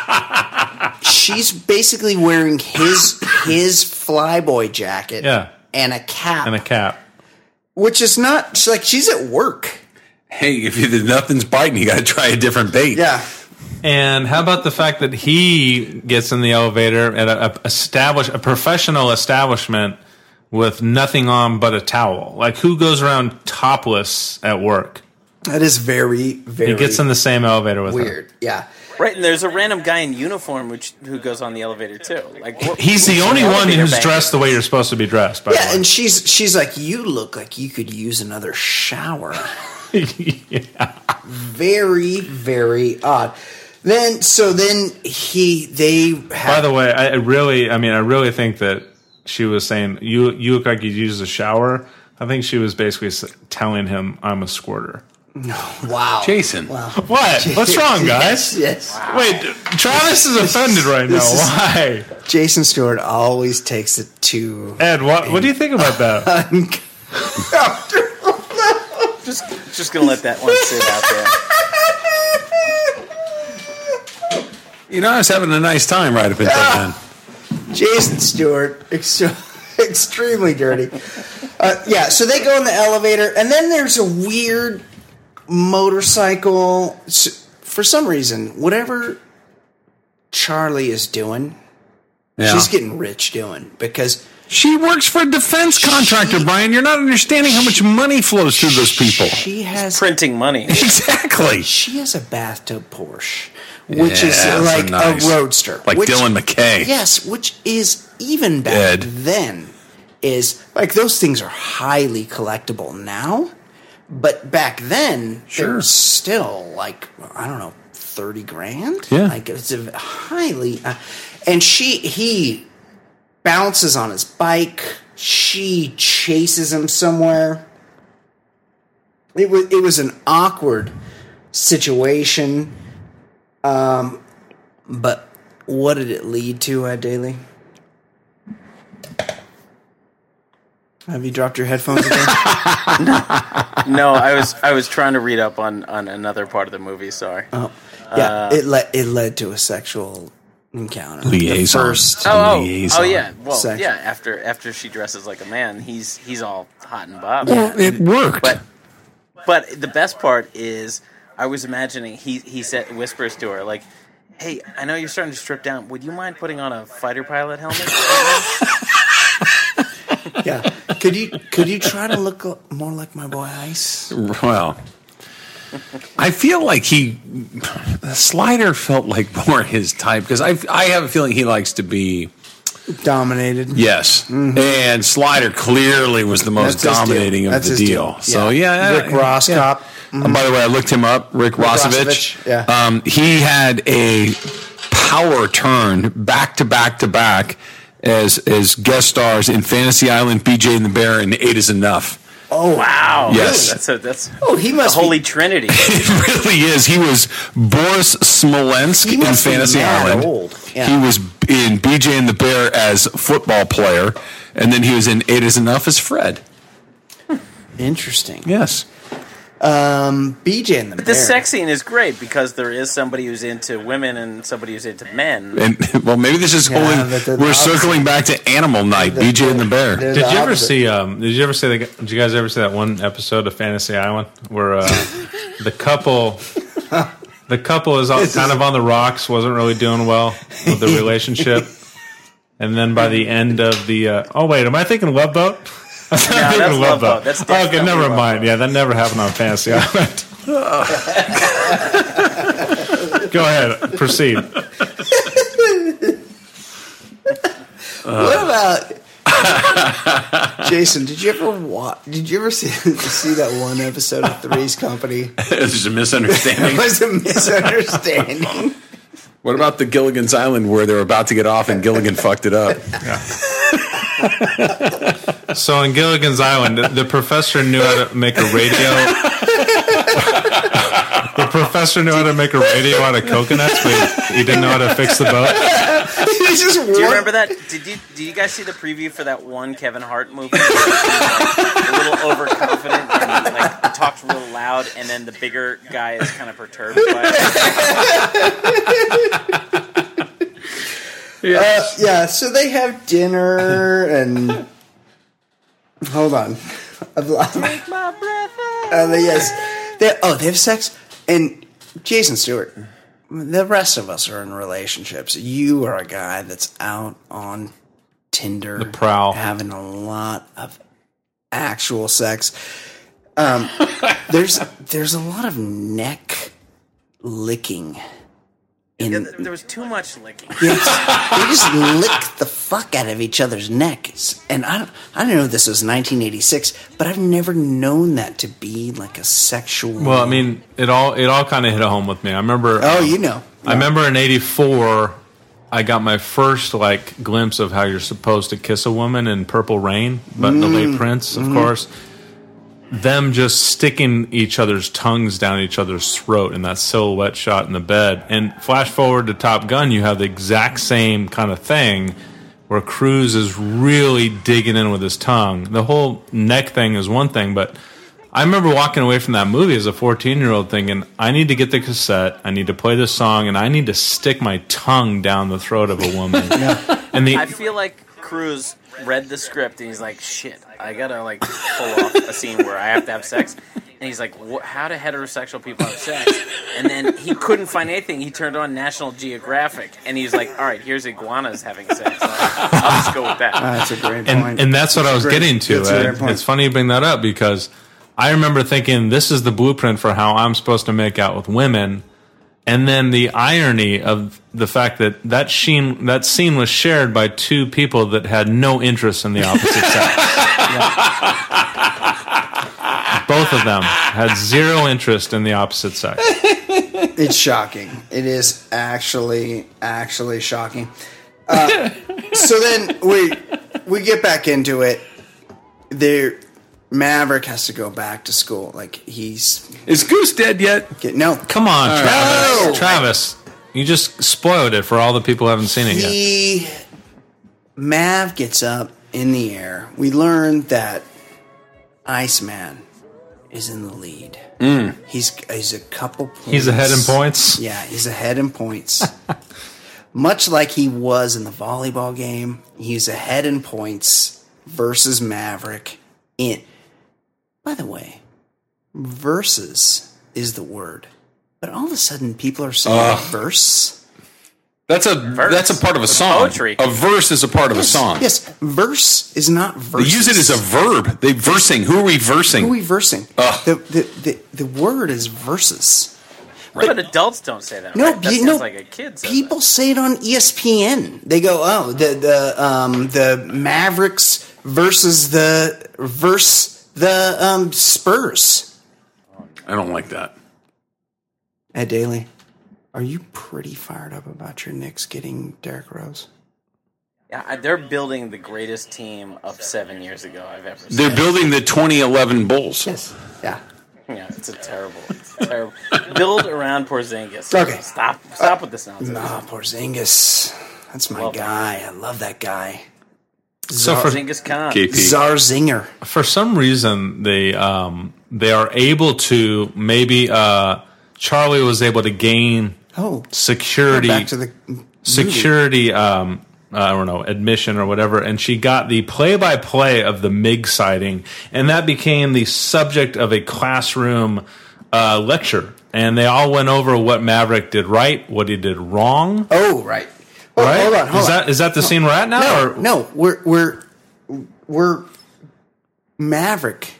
Speaker 4: she's basically wearing his his flyboy jacket.
Speaker 2: Yeah.
Speaker 4: And a cap.
Speaker 2: and a cap.
Speaker 4: which is not she's like she's at work.
Speaker 1: Hey, if you, nothing's biting, you got to try a different bait.
Speaker 4: Yeah.
Speaker 2: And how about the fact that he gets in the elevator at a, a establish a professional establishment with nothing on but a towel? Like who goes around topless at work?
Speaker 4: That is very very
Speaker 2: He gets in the same elevator with her.
Speaker 4: weird. Yeah.
Speaker 6: right, and there's a random guy in uniform which who goes on the elevator too. Like what-
Speaker 2: He's the
Speaker 6: who's
Speaker 2: only one
Speaker 6: elevator
Speaker 2: who's
Speaker 6: bank?
Speaker 2: dressed the way you're supposed to be dressed. By
Speaker 4: Yeah,
Speaker 2: the way.
Speaker 4: and she's she's like you look like you could use another shower. Very very odd. Then so then he they
Speaker 2: By
Speaker 4: have
Speaker 2: the way, I I really, I mean, I really think that she was saying you you look like you'd use a shower. I think she was basically s- telling him I'm a squirter.
Speaker 4: wow.
Speaker 1: Jason.
Speaker 2: What? What's wrong, guys?
Speaker 4: Yes.
Speaker 2: Wait, Travis is offended right now.
Speaker 4: this is-
Speaker 2: Why,
Speaker 4: Jason Stewart always takes it to
Speaker 2: Ed? What What do you think about that?
Speaker 6: Just just gonna let that one sit out there.
Speaker 1: You know, I was having a nice time right up until then.
Speaker 4: Jason Stewart, ex- extremely dirty. Uh, yeah, so they go in the elevator, and then there's a weird motorcycle. S- For some reason, whatever Charlie is doing,
Speaker 1: Yeah.
Speaker 4: she's getting rich doing because
Speaker 1: She works for a defense contractor, Brian. You're not understanding how much money flows through those people.
Speaker 4: she has
Speaker 6: Printing money.
Speaker 1: Exactly.
Speaker 4: she has a bathtub Porsche, which
Speaker 1: Yeah,
Speaker 4: is like
Speaker 1: so nice.
Speaker 4: a roadster,
Speaker 1: Like
Speaker 4: which-
Speaker 1: Dylan McKay.
Speaker 4: Yes, which is even back
Speaker 1: Dead.
Speaker 4: then is like those things are highly collectible now, but back then
Speaker 1: Sure.
Speaker 4: they're still like I don't know thirty grand.
Speaker 1: Yeah.
Speaker 4: like it's a highly. Uh, and she he bounces on his bike. She chases him somewhere. It was it was an awkward situation. Um, but what did it lead to, uh, Ed Daily? Have you dropped your headphones again?
Speaker 6: No, I was I was trying to read up on on another part of the movie. Sorry.
Speaker 4: oh, yeah. it led it led to a sexual encounter.
Speaker 1: Liaison.
Speaker 4: The first,
Speaker 6: Oh, oh,
Speaker 1: Liaison.
Speaker 6: oh yeah. Well,
Speaker 4: Sex.
Speaker 6: yeah. After after she dresses like a man, he's he's all hot and bothered.
Speaker 1: Well, it worked.
Speaker 6: But but the best part is, I was imagining he he said whispers to her like, "Hey, I know you're starting to strip down. Would you mind putting on a fighter pilot helmet?"
Speaker 4: yeah. Could you could you try to look l- more like my boy Ice?
Speaker 1: Well, I feel like he Slider felt like more his type because I I have a feeling he likes to be
Speaker 4: Dominated.
Speaker 1: yes, and Slider clearly was the most
Speaker 4: That's his
Speaker 1: dominating
Speaker 4: deal.
Speaker 1: of
Speaker 4: That's
Speaker 1: the
Speaker 4: his
Speaker 1: deal.
Speaker 4: deal.
Speaker 1: So
Speaker 4: Yeah.
Speaker 1: yeah,
Speaker 4: Rick
Speaker 1: I-
Speaker 4: Ross
Speaker 1: yeah.
Speaker 4: cop.
Speaker 1: And by the way, I looked him up, Rick, Rossovich.
Speaker 4: Rossovich, yeah.
Speaker 1: um, he had a power turn back to back to back as as guest stars in Fantasy Island, BJ and the Bear, and Eight is Enough.
Speaker 4: Oh
Speaker 6: Wow.
Speaker 1: Yes.
Speaker 6: That's a, that's
Speaker 4: Oh, he
Speaker 6: the
Speaker 4: must be-
Speaker 6: holy trinity.
Speaker 1: It really is. He was Boris Smolensk
Speaker 4: He
Speaker 1: in
Speaker 4: must be
Speaker 1: Fantasy
Speaker 4: mad
Speaker 1: Island.
Speaker 4: old. Yeah.
Speaker 1: He was in BJ and the Bear as football player, and then he was in Eight Is Enough as Fred.
Speaker 4: Interesting.
Speaker 1: Yes.
Speaker 4: Um, BJ and the
Speaker 6: But this
Speaker 4: Bear.
Speaker 6: sex scene is great because there is somebody who's into women and somebody who's into men.
Speaker 1: And well, maybe this is
Speaker 4: Yeah,
Speaker 1: going.
Speaker 4: but they're the
Speaker 1: We're
Speaker 4: opposite.
Speaker 1: circling back to Animal Night,
Speaker 4: They're-
Speaker 1: BJ and the Bear.
Speaker 4: they're
Speaker 2: Did
Speaker 4: the
Speaker 2: you ever
Speaker 4: opposite.
Speaker 2: see? Um, did you ever see? The, did you guys ever see that one episode of Fantasy Island where uh, the couple, the couple is all, kind of on the rocks, wasn't really doing well with the relationship, and then by the end of the, uh, oh wait, am I thinking Love Boat? I'm
Speaker 6: that's Love Boat. That's
Speaker 2: okay,
Speaker 6: definitely
Speaker 2: never
Speaker 6: Love
Speaker 2: mind. Yeah, that never happened on Fantasy Island. Go ahead, proceed.
Speaker 1: uh,
Speaker 4: What about Jason? Did you ever watch? Did you ever see see that one episode of Three's Company?
Speaker 1: There's a misunderstanding.
Speaker 4: It was a misunderstanding.
Speaker 1: What about the Gilligan's Island where they're about to get off and Gilligan fucked it up?
Speaker 2: So in Gilligan's Island, the, the professor knew how to make a radio. the professor knew how to make a radio out of coconuts, but he didn't know how to fix the boat.
Speaker 4: It's just
Speaker 6: Do you
Speaker 4: one-
Speaker 6: remember that? Did you do you guys see the preview for that one Kevin Hart movie? a little overconfident and like talks real loud, and then the bigger guy is kind of perturbed by it.
Speaker 4: Uh, yeah, so they have dinner and hold on. I've lost my breath. Uh, they- yes, they oh they have sex and Jason Stewart. The rest of us are in relationships. You are a guy that's out on Tinder, the
Speaker 2: prowl.
Speaker 4: having a lot of actual sex. Um, there's there's a lot of neck licking. In,
Speaker 6: Yeah, There was too much licking.
Speaker 4: they just lick the fuck out of each other's necks. And I don't, I don't know if this was 1986, but I've never known that to be like a sexual.
Speaker 2: Well, I mean, it all it all kind of hit home with me. I remember.
Speaker 4: oh, you know.
Speaker 2: I remember in '84, I got my first like glimpse of how you're supposed to kiss a woman in Purple Rain, but the
Speaker 4: Mm-hmm.
Speaker 2: late Prince, of course. Them just sticking each other's tongues down each other's throat in that silhouette shot in the bed. And flash forward to Top Gun, you have the exact same kind of thing where Cruz is really digging in with his tongue. The whole neck thing is one thing, but I remember walking away from that movie as a 14 year old thinking, I need to get the cassette, I need to play this song, and I need to stick my tongue down the throat of a woman. And the,
Speaker 6: I feel like Cruz read the script and he's like, "Shit, I gotta like pull off a scene where I have to have sex." And he's like, "Wha- "How do heterosexual people have sex?" And then he couldn't find anything. He turned on National Geographic, and he's like, "All right, here's iguanas having sex. I'll just go with that."
Speaker 4: That's a great
Speaker 2: and,
Speaker 4: point.
Speaker 2: and that's what I was
Speaker 4: great-
Speaker 2: getting to.
Speaker 4: that's a great
Speaker 2: Ed.
Speaker 4: point.
Speaker 2: It's funny you bring that up because I remember thinking this is the blueprint for how I'm supposed to make out with women, and then the irony of the fact that that scene that scene was shared by two people that had no interest in the opposite sex. Both of them had zero interest in the opposite sex.
Speaker 4: it's shocking. It is actually, actually shocking. Uh, so then we we get back into it. There, Maverick has to go back to school. Like he's
Speaker 1: Is Goose dead yet?
Speaker 4: get, no.
Speaker 2: Come on, Travis.
Speaker 4: No.
Speaker 2: Travis, you just spoiled it for all the people who haven't seen it yet.
Speaker 4: He Mav gets up in the air. We learn that Iceman is in the lead. He's he's a couple points.
Speaker 2: Mm. He's ahead in points.
Speaker 4: Yeah, he's ahead in points. Much like he was in the volleyball game, he's ahead in points versus Maverick. In by the way, versus is the word, but all of a sudden people are saying verse.
Speaker 1: That's a that's a part of a song.
Speaker 6: poetry.
Speaker 1: A verse is a part of a song.
Speaker 4: Yes, verse is not
Speaker 1: They
Speaker 4: verse.
Speaker 1: use it as a verb. They versing. Who are we versing?
Speaker 4: Who are we versing?
Speaker 1: Ugh.
Speaker 4: The, the the the word is versus.
Speaker 6: But adults don't say that.
Speaker 4: No,
Speaker 6: right? that
Speaker 4: you
Speaker 6: sounds
Speaker 4: know,
Speaker 6: like a kid. Says
Speaker 4: people say it on E ESPN. They go, oh, the the um the Mavericks versus the verse the um Spurs.
Speaker 1: I don't like that.
Speaker 4: Ed Daly, are you pretty fired up about your Knicks getting Derrick Rose?
Speaker 6: that. Yeah, they're building the greatest team of seven years ago I've ever seen.
Speaker 1: They're building the 2011 Bulls.
Speaker 4: Yes. Yeah.
Speaker 6: Yeah, it's a terrible, it's a terrible. Build around Porzingis.
Speaker 4: Okay.
Speaker 6: stop, stop with this nonsense.
Speaker 4: Ah, Porzingis. That's my guy. I love that guy.
Speaker 2: So for,
Speaker 6: Porzingis Khan.
Speaker 1: KP.
Speaker 4: Zarzinger.
Speaker 2: for some reason they um, they are able to maybe uh, Charlie was able to gain
Speaker 4: Oh,
Speaker 2: security
Speaker 4: back to the
Speaker 2: security um, I don't know admission or whatever, and she got the play by play of the Mig sighting, and that became the subject of a classroom uh, lecture, and they all went over what Maverick did right, what he did wrong.
Speaker 4: Oh, right. Oh,
Speaker 2: right?
Speaker 4: Hold on. Hold
Speaker 2: is
Speaker 4: on.
Speaker 2: that is that the scene we're at now?
Speaker 4: no,
Speaker 2: or
Speaker 4: no, we're we're we're Maverick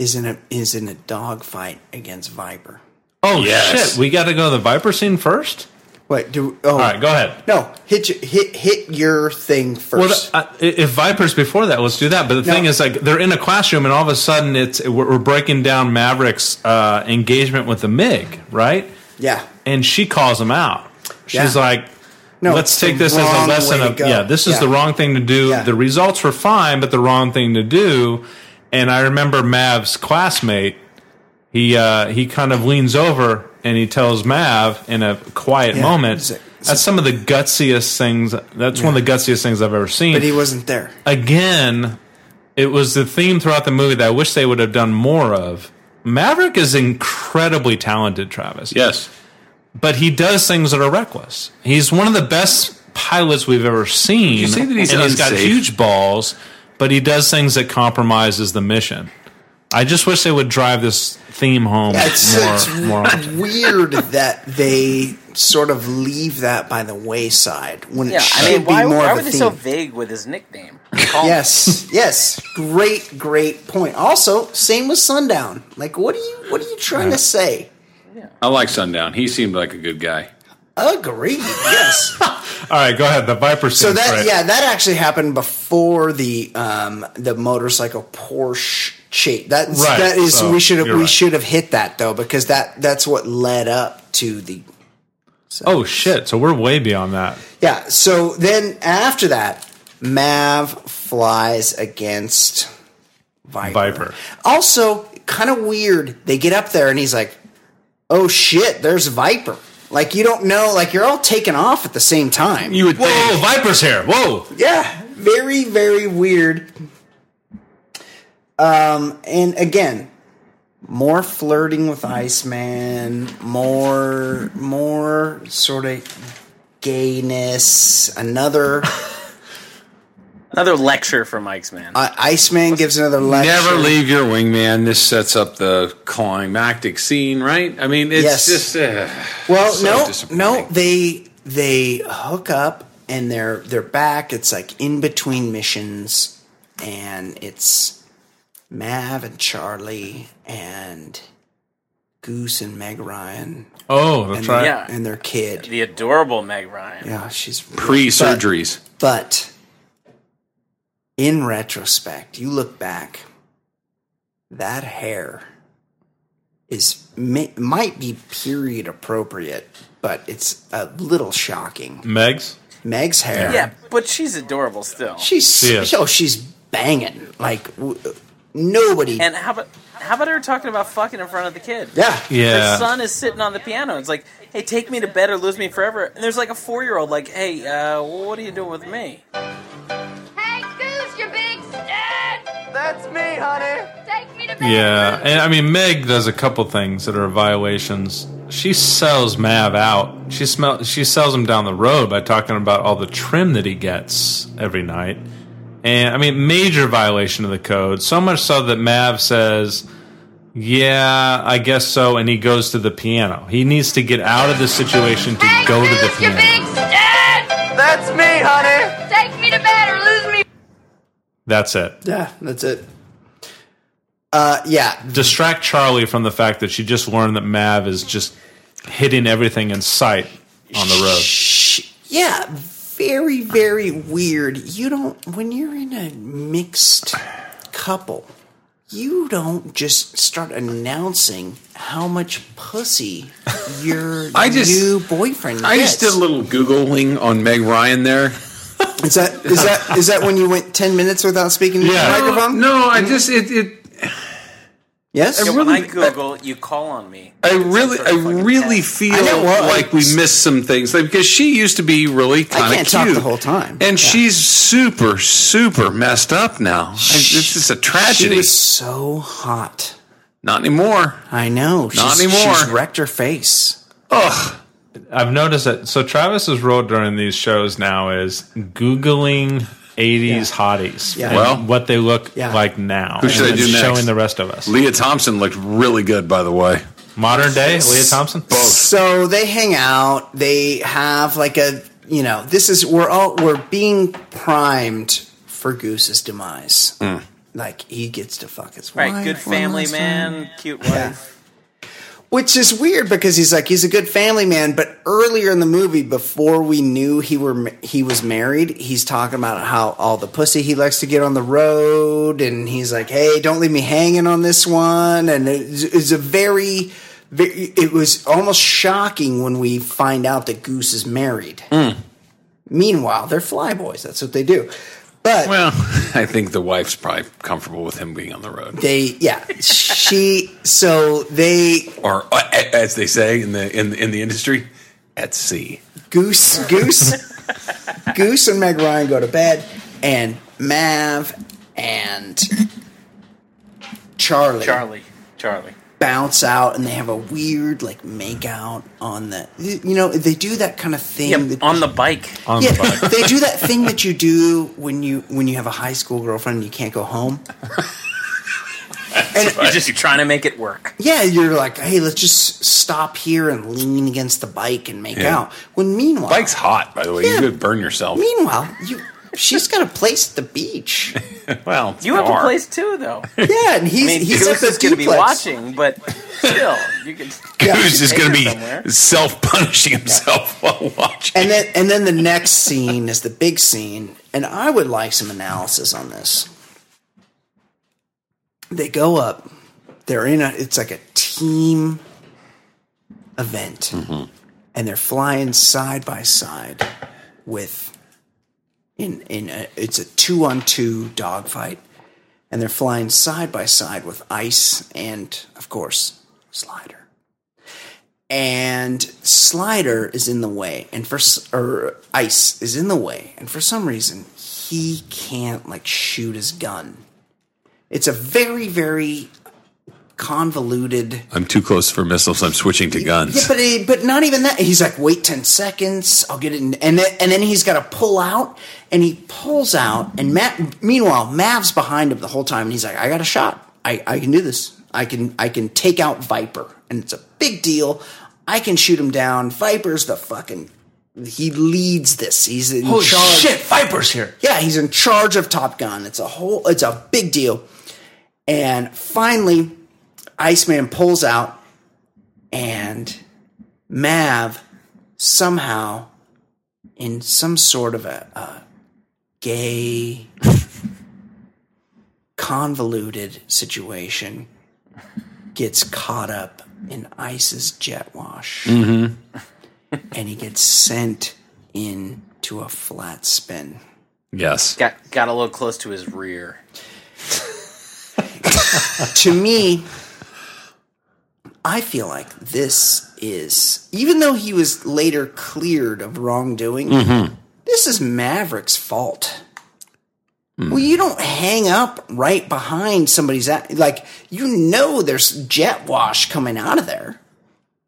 Speaker 4: is in a is in a dogfight against Viper.
Speaker 2: Oh
Speaker 1: Yes.
Speaker 2: shit! We got to go to the Viper scene first.
Speaker 4: Wait, do oh, all
Speaker 2: right, go ahead.
Speaker 4: No, hit your, hit hit your thing
Speaker 2: Well,
Speaker 4: first.
Speaker 2: I- if Viper's before that, let's do that. But the
Speaker 4: No.
Speaker 2: thing is, like, they're in a classroom, and all of a sudden, it's we're, we're breaking down Maverick's uh, engagement with the Mig, right?
Speaker 4: yeah,
Speaker 2: And she calls him out. She's
Speaker 4: Yeah.
Speaker 2: like,
Speaker 4: No,
Speaker 2: let's
Speaker 4: it's the
Speaker 2: take this as
Speaker 4: wrong
Speaker 2: a lesson
Speaker 4: way to
Speaker 2: of
Speaker 4: go.
Speaker 2: yeah, this is
Speaker 4: Yeah.
Speaker 2: the wrong thing to do.
Speaker 4: Yeah.
Speaker 2: The results were fine, but the wrong thing to do." And I remember Mav's classmate. He uh, he kind of leans over and he tells Mav in a quiet
Speaker 4: Yeah,
Speaker 2: moment.
Speaker 4: it's a- it's
Speaker 2: that's
Speaker 4: a-
Speaker 2: some of the gutsiest things. That's one of the gutsiest things I've ever seen
Speaker 4: but he wasn't there.
Speaker 2: again, it was the theme throughout the movie that I wish they would have done more of. Maverick is incredibly talented, Travis.
Speaker 9: Yes.
Speaker 2: But he does things that are reckless. He's one of the best pilots we've ever seen.
Speaker 1: you say that he's
Speaker 2: and he's got
Speaker 1: unsafe?
Speaker 2: huge balls, but he does things that compromises the mission. I just wish they would drive this theme home
Speaker 4: It's,
Speaker 2: more.
Speaker 4: it's
Speaker 2: more often.
Speaker 4: weird that they sort of leave that by the wayside when it
Speaker 6: Yeah,
Speaker 4: should
Speaker 6: I mean,
Speaker 4: be
Speaker 6: why,
Speaker 4: more
Speaker 6: why
Speaker 4: of
Speaker 6: were
Speaker 4: a
Speaker 6: they
Speaker 4: theme.
Speaker 6: so vague with his nickname?
Speaker 2: Oh.
Speaker 6: Call him
Speaker 4: yes, yes, great, great point. Also, same with Sundown. Like, what are you what are you trying to say?
Speaker 9: I like Sundown. He seemed like a good guy.
Speaker 4: Agreed. Yes.
Speaker 2: All right, go ahead. The Viper scene.
Speaker 4: So that yeah, that actually happened before the um the motorcycle Porsche chase. That's
Speaker 2: Right,
Speaker 4: that is
Speaker 2: so
Speaker 4: we should have
Speaker 2: you're
Speaker 4: we
Speaker 2: right.
Speaker 4: should have hit that though because that that's what led up to the
Speaker 2: Oh shit! So we're way beyond that.
Speaker 4: yeah. So then after that, Mav flies against Viper.
Speaker 2: Viper.
Speaker 4: Also, kind of weird. They get up there and he's like, "Oh shit, there's Viper." Like you don't know. Like you're all taken off at the same time.
Speaker 1: You would
Speaker 2: Whoa,
Speaker 1: think.
Speaker 2: Viper's here. Whoa.
Speaker 4: Yeah, very very weird. Um, and again, more flirting with Iceman, more more sort of gayness. Another
Speaker 6: Another lecture from Mike's man.
Speaker 4: uh, Iceman gives another lecture.
Speaker 1: Never leave your wingman. This sets up the climactic scene, right? I mean, it's
Speaker 4: Yes.
Speaker 1: just. Uh,
Speaker 4: Well,
Speaker 1: so
Speaker 4: no, no,
Speaker 1: disappointing.
Speaker 4: they they hook up and they're they're back. It's like in between missions, and it's Mav and Charlie and Goose and Meg Ryan
Speaker 2: Oh, that's
Speaker 4: and,
Speaker 2: right.
Speaker 4: their-
Speaker 6: Yeah.
Speaker 4: and their kid.
Speaker 6: the adorable Meg Ryan.
Speaker 4: Yeah, she's
Speaker 1: Pre surgeries.
Speaker 4: But in retrospect, you look back, that hair is may, might be period appropriate, but it's a little shocking.
Speaker 2: Megs.
Speaker 4: Meg's hair,
Speaker 6: Yeah, but she's adorable still.
Speaker 4: she's
Speaker 2: She is.
Speaker 4: oh, she's banging like w- nobody.
Speaker 6: and how about how about her talking about fucking in front of the kid?
Speaker 4: yeah,
Speaker 2: Yeah.
Speaker 6: Her son is sitting on the piano. It's like, hey, take me to bed or lose me forever. And there's like a four year old, like, hey, uh, what are you doing with me?
Speaker 10: Hey, Goose, you big stud!
Speaker 3: That's me, honey.
Speaker 10: Take me to bed.
Speaker 2: Yeah, and I mean Meg does a couple things that are violations. She sells Mav out. She smell she sells him down the road by talking about all the trim that he gets every night. And I mean major violation of the code. So much so that Mav says, "Yeah, I guess so," and he goes to the piano. He needs to get out of this situation to
Speaker 10: Hey,
Speaker 2: go to
Speaker 10: Goose,
Speaker 2: the
Speaker 10: you
Speaker 2: piano.
Speaker 10: big stud!
Speaker 3: That's me, honey.
Speaker 10: Take me to bed or lose me.
Speaker 2: That's it.
Speaker 4: yeah, that's it. Uh, yeah,
Speaker 2: distract Charlie from the fact that she just learned that Mav is just hitting everything in sight on the road.
Speaker 4: Yeah, very, very weird. You don't, when you're in a mixed couple, you don't just start announcing how much pussy your
Speaker 1: I just-
Speaker 4: new boyfriend
Speaker 1: I
Speaker 4: gets.
Speaker 1: just did a little Googling on Meg Ryan there.
Speaker 4: Is that, is that, is that when you went 10 minutes without speaking
Speaker 2: Yeah.
Speaker 4: to the microphone?
Speaker 1: No, I just. it, it
Speaker 4: Yes?
Speaker 6: When I
Speaker 1: Really?
Speaker 6: Google, you call on me.
Speaker 1: I really,
Speaker 6: sort of
Speaker 1: I
Speaker 6: fucking
Speaker 1: really
Speaker 6: test.
Speaker 1: feel
Speaker 4: I know, well,
Speaker 1: like
Speaker 4: I-
Speaker 1: we missed some things like, because she used to be really kind of
Speaker 4: can't
Speaker 1: cute
Speaker 4: talk the whole time.
Speaker 1: and
Speaker 4: Yeah.
Speaker 1: she's super, super messed up now. I- It's just a tragedy.
Speaker 4: She was so hot.
Speaker 1: Not anymore.
Speaker 4: I know. She's,
Speaker 1: anymore.
Speaker 4: She's wrecked her face.
Speaker 1: Ugh.
Speaker 2: I've noticed that. So Travis's role during these shows now is googling. 80s hotties.
Speaker 4: Yeah.
Speaker 2: and
Speaker 1: Well-
Speaker 2: what they look
Speaker 4: Yeah.
Speaker 2: like now.
Speaker 1: Who should
Speaker 2: and
Speaker 1: I do
Speaker 2: it's
Speaker 1: next?
Speaker 2: Showing the rest of us.
Speaker 1: Leah Thompson looked really good, by the way.
Speaker 2: Modern day, Leah Thompson.
Speaker 4: So they hang out. They have like a you know this is we're all we're being primed for Goose's demise. Like he gets to fuck his
Speaker 6: Right,
Speaker 4: wife
Speaker 6: good
Speaker 4: one
Speaker 6: family
Speaker 4: last
Speaker 6: man,
Speaker 4: time.
Speaker 6: cute wife.
Speaker 4: Yeah. Which is weird because he's like he's a good family man, but earlier in the movie, before we knew he were he was married, he's talking about how all the pussy he likes to get on the road, and he's like, "Hey, don't leave me hanging on this one." And it's, it's a very, very, it was almost shocking when we find out that Goose is married. Meanwhile, they're flyboys. That's what they do. But
Speaker 1: Well, I think the wife's probably comfortable with him being on the road,
Speaker 4: they, yeah, she. So they
Speaker 1: or uh, a- as they say in the in, in the industry, at sea.
Speaker 4: Goose, Goose, Goose, and Meg Ryan go to bed, and Mav and Charlie,
Speaker 6: Charlie. Charlie.
Speaker 4: bounce out, and they have a weird like make out on the. You know, they do that kind of thing.
Speaker 6: Yep,
Speaker 4: that-
Speaker 6: on the bike.
Speaker 2: on
Speaker 4: yeah,
Speaker 2: the bike.
Speaker 4: they do that thing that you do when you when you have a high school girlfriend and you can't go home. and
Speaker 6: You're just trying to make it work.
Speaker 4: yeah, you're like, hey, let's just stop here and lean against the bike and make
Speaker 1: Yeah.
Speaker 4: out. When meanwhile,
Speaker 1: Bike's hot, by the way.
Speaker 4: Yeah.
Speaker 1: You could burn yourself.
Speaker 4: Meanwhile, you she's got a place at the beach.
Speaker 1: Well,
Speaker 6: You have a
Speaker 1: are.
Speaker 6: place too, though. I
Speaker 4: Yeah, and he's
Speaker 6: mean,
Speaker 4: he's at
Speaker 6: Goose
Speaker 4: the
Speaker 6: is going to be
Speaker 4: duplex.
Speaker 6: watching, but still, you can.
Speaker 1: Goose is
Speaker 6: Take
Speaker 1: going
Speaker 6: her
Speaker 1: to be
Speaker 6: somewhere.
Speaker 1: self punishing himself while watching.
Speaker 4: And then and then the next scene is the big scene, and I would like some analysis on this. They go up. They're in a it's like a team event. And they're flying side by side with in in a, it's a 2 on 2 dogfight. And they're flying side by side with Ice and of course Slider and Slider is in the way, and for s- or Ice is in the way, and for some reason he can't like shoot his gun. It's a very very convoluted.
Speaker 1: I'm too close for missiles. I'm switching to guns.
Speaker 4: Yeah, but it, but not even that. He's like, wait ten seconds, I'll get it, in. and then, and then he's got to pull out, and he pulls out, and Matt. Meanwhile, Mav's behind him the whole time, and he's like, I got a shot. I, I can do this. I can I can take out Viper, and it's a big deal. I can shoot him down. Viper's the fucking. He leads this. He's in charge.
Speaker 1: Viper's here.
Speaker 4: Yeah, he's in charge of Top Gun. It's a whole it's a big deal. And finally, Iceman pulls out and Mav somehow in some sort of a, a gay convoluted situation gets caught up in Ice's jet wash and he gets sent into a flat spin.
Speaker 1: Yes.
Speaker 6: Got, got a little close to his rear.
Speaker 4: to me, I feel like this is, even though he was later cleared of wrongdoing, this is Maverick's fault. Well, you don't hang up right behind somebody's at, like you know there's jet wash coming out of there.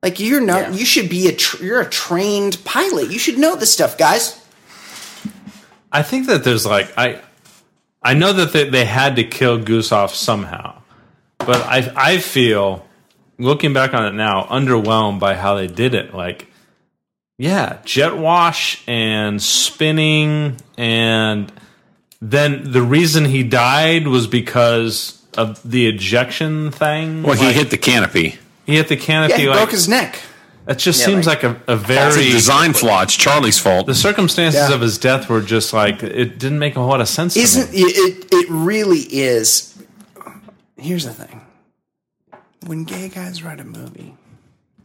Speaker 4: Like you're not,
Speaker 6: Yeah.
Speaker 4: you should be a tr- you're a trained pilot. You should know this stuff, guys.
Speaker 2: I think that there's like I I know that they, they had to kill Goose off somehow, but I I feel looking back on it now underwhelmed by how they did it. Like, yeah, jet wash and spinning, and then the reason he died was because of the ejection thing.
Speaker 1: Well, he
Speaker 2: Like,
Speaker 1: hit the canopy.
Speaker 2: he hit the canopy.
Speaker 4: Yeah, he
Speaker 2: like
Speaker 4: broke his neck.
Speaker 2: that just seems like, a, a
Speaker 1: It's
Speaker 2: very
Speaker 1: a design flaw. It's Charlie's fault.
Speaker 2: the circumstances
Speaker 4: Yeah.
Speaker 2: of his death were just like it didn't make a whole lot of sense. to me.
Speaker 4: isn't it, it it really is here's the thing when gay guys write a movie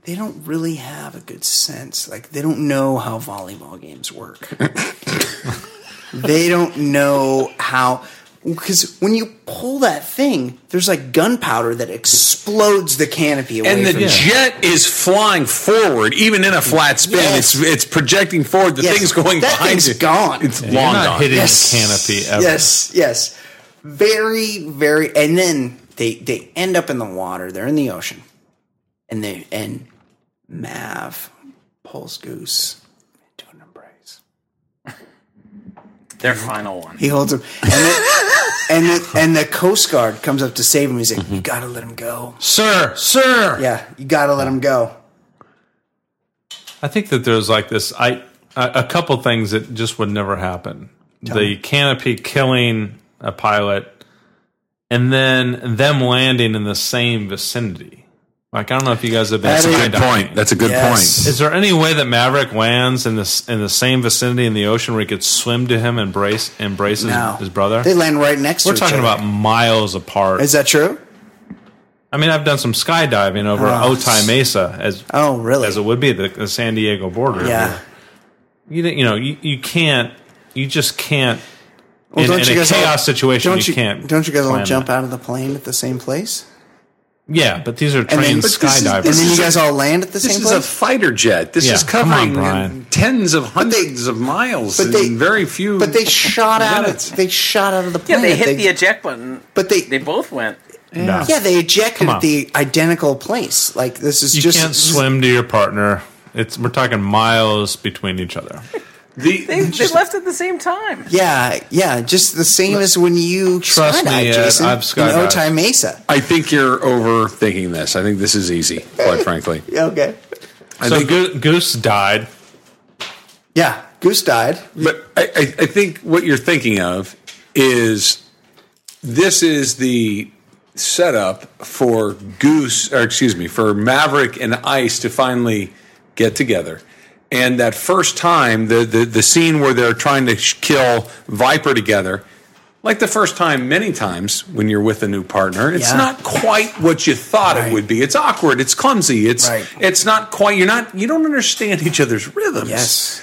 Speaker 4: they don't really have a good sense like they don't know how volleyball games work they don't know how because when you pull that thing there's like gunpowder that explodes the canopy away
Speaker 1: and
Speaker 4: from
Speaker 1: the
Speaker 4: you.
Speaker 1: jet is flying forward, even in a flat spin.
Speaker 4: Yes.
Speaker 1: It's it's projecting forward. The
Speaker 4: Yes.
Speaker 1: thing's going
Speaker 4: That
Speaker 1: behind
Speaker 4: thing's
Speaker 1: you.
Speaker 4: gone.
Speaker 1: It's
Speaker 2: You're
Speaker 1: long
Speaker 2: not
Speaker 1: gone.
Speaker 2: hitting the canopy ever.
Speaker 4: Yes, yes. Very, very and then they they end up in the water, they're in the ocean. And they and Mav pulls Goose into an embrace.
Speaker 6: Their final one.
Speaker 4: He holds him and the, and the, and the Coast Guard comes up to save him. He's like, You gotta let him go.
Speaker 2: Sir, sir.
Speaker 4: Yeah, you gotta let him go.
Speaker 2: I think that there's like this I a, a couple things that just would never happen. the canopy killing a pilot and then them landing in the same vicinity. Like I don't know if you guys have been.
Speaker 1: That's a good
Speaker 2: skydiving.
Speaker 1: point. That's a good Yes. point.
Speaker 2: Is there any way that Maverick lands in this in the same vicinity in the ocean where he could swim to him and brace embrace his,
Speaker 4: No.
Speaker 2: his brother?
Speaker 4: They land right next
Speaker 2: We're
Speaker 4: to each
Speaker 2: talking
Speaker 4: other.
Speaker 2: about miles apart.
Speaker 4: Is that true?
Speaker 2: I mean, I've done some skydiving over
Speaker 4: Oh,
Speaker 2: Otay Mesa as
Speaker 4: oh really
Speaker 2: as it would be the, the San Diego border.
Speaker 4: Yeah.
Speaker 2: you didn't- you know you, you can't you just can't
Speaker 4: Well,
Speaker 2: in,
Speaker 4: don't
Speaker 2: in
Speaker 4: you
Speaker 2: a
Speaker 4: guys all-
Speaker 2: chaos situation
Speaker 4: don't
Speaker 2: you, can't
Speaker 4: Don't you guys all
Speaker 2: plan
Speaker 4: jump
Speaker 2: that.
Speaker 4: out of the plane at the same place?
Speaker 2: Yeah, but these are
Speaker 4: then-
Speaker 2: trained
Speaker 4: But this is-
Speaker 2: skydivers.
Speaker 4: and then you guys all land at the
Speaker 1: This
Speaker 4: same
Speaker 1: is a
Speaker 4: place.
Speaker 1: fighter jet. This
Speaker 2: Yeah,
Speaker 1: is
Speaker 2: come
Speaker 1: covering
Speaker 2: on, Brian.
Speaker 1: tens of hundreds of miles
Speaker 4: but they-
Speaker 1: in very few.
Speaker 4: but they shot out. Of,
Speaker 1: Minutes.
Speaker 4: they shot out of the
Speaker 6: Yeah,
Speaker 4: plane.
Speaker 6: they hit the eject button.
Speaker 4: But they-
Speaker 6: they both went.
Speaker 2: No.
Speaker 4: yeah, they ejected
Speaker 2: Come on.
Speaker 4: at the identical place. Like this is
Speaker 2: you
Speaker 4: just
Speaker 2: can't swim to your partner. It's we're talking miles between each other.
Speaker 1: The-
Speaker 6: They, they left at the same time.
Speaker 4: Yeah, yeah, just the same as when you
Speaker 2: Trust
Speaker 4: skydive,
Speaker 2: me, Ed,
Speaker 4: Jason,
Speaker 2: I've skydived.
Speaker 4: in Otay Mesa.
Speaker 1: I think you're overthinking this. I think this is easy, quite frankly.
Speaker 4: Okay.
Speaker 1: I
Speaker 2: so
Speaker 1: think,
Speaker 2: Go- Goose died.
Speaker 4: Yeah, Goose died.
Speaker 1: but I, I, I think what you're thinking of is this is the setup for Goose, or excuse me, for Maverick and Ice to finally get together. And that first time, the the, the scene where they're trying to sh- kill Viper together. Like the first time, many times when you're with a new partner, it's
Speaker 4: Yeah.
Speaker 1: not quite what you thought it would be. It's awkward. It's clumsy. It's
Speaker 4: Right.
Speaker 1: it's not quite. You're not. You don't understand each other's rhythms.
Speaker 4: Yes.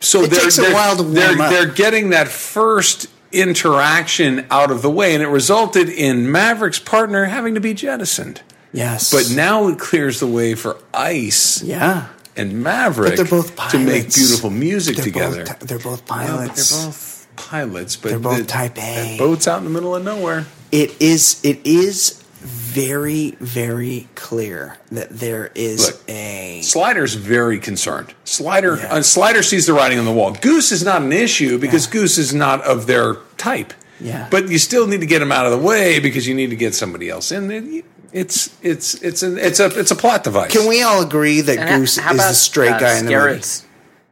Speaker 1: So
Speaker 4: It
Speaker 1: they're,
Speaker 4: takes a
Speaker 1: they're-
Speaker 4: while to
Speaker 1: they're,
Speaker 4: warm up.
Speaker 1: They're getting that first interaction out of the way, and it resulted in Maverick's partner having to be jettisoned.
Speaker 4: Yes.
Speaker 1: But now it clears the way for Ice
Speaker 4: Yeah.
Speaker 1: and Maverick
Speaker 4: But they're both
Speaker 1: to make
Speaker 4: pilots.
Speaker 1: beautiful music
Speaker 4: They're
Speaker 1: together.
Speaker 4: both, they're both
Speaker 1: Well, but
Speaker 4: pilots.
Speaker 1: they're both pilots, but
Speaker 4: They're both
Speaker 1: the-
Speaker 4: type A.
Speaker 1: that boat's out in the middle of nowhere.
Speaker 4: it is it is very very clear that there is
Speaker 1: Look.
Speaker 4: a
Speaker 1: Slider's very concerned. Slider
Speaker 4: Yeah.
Speaker 1: uh, Slider sees the writing on the wall. Goose is not an issue because Goose is not of their type.
Speaker 4: Yeah.
Speaker 1: But you still need to get him out of the way because you need to get somebody else in. It- It's it's it's an it's a it's a plot device.
Speaker 4: Can we all agree that
Speaker 6: ho-
Speaker 4: Goose is the straight
Speaker 6: uh,
Speaker 4: guy in the movie?
Speaker 6: Skerritt's-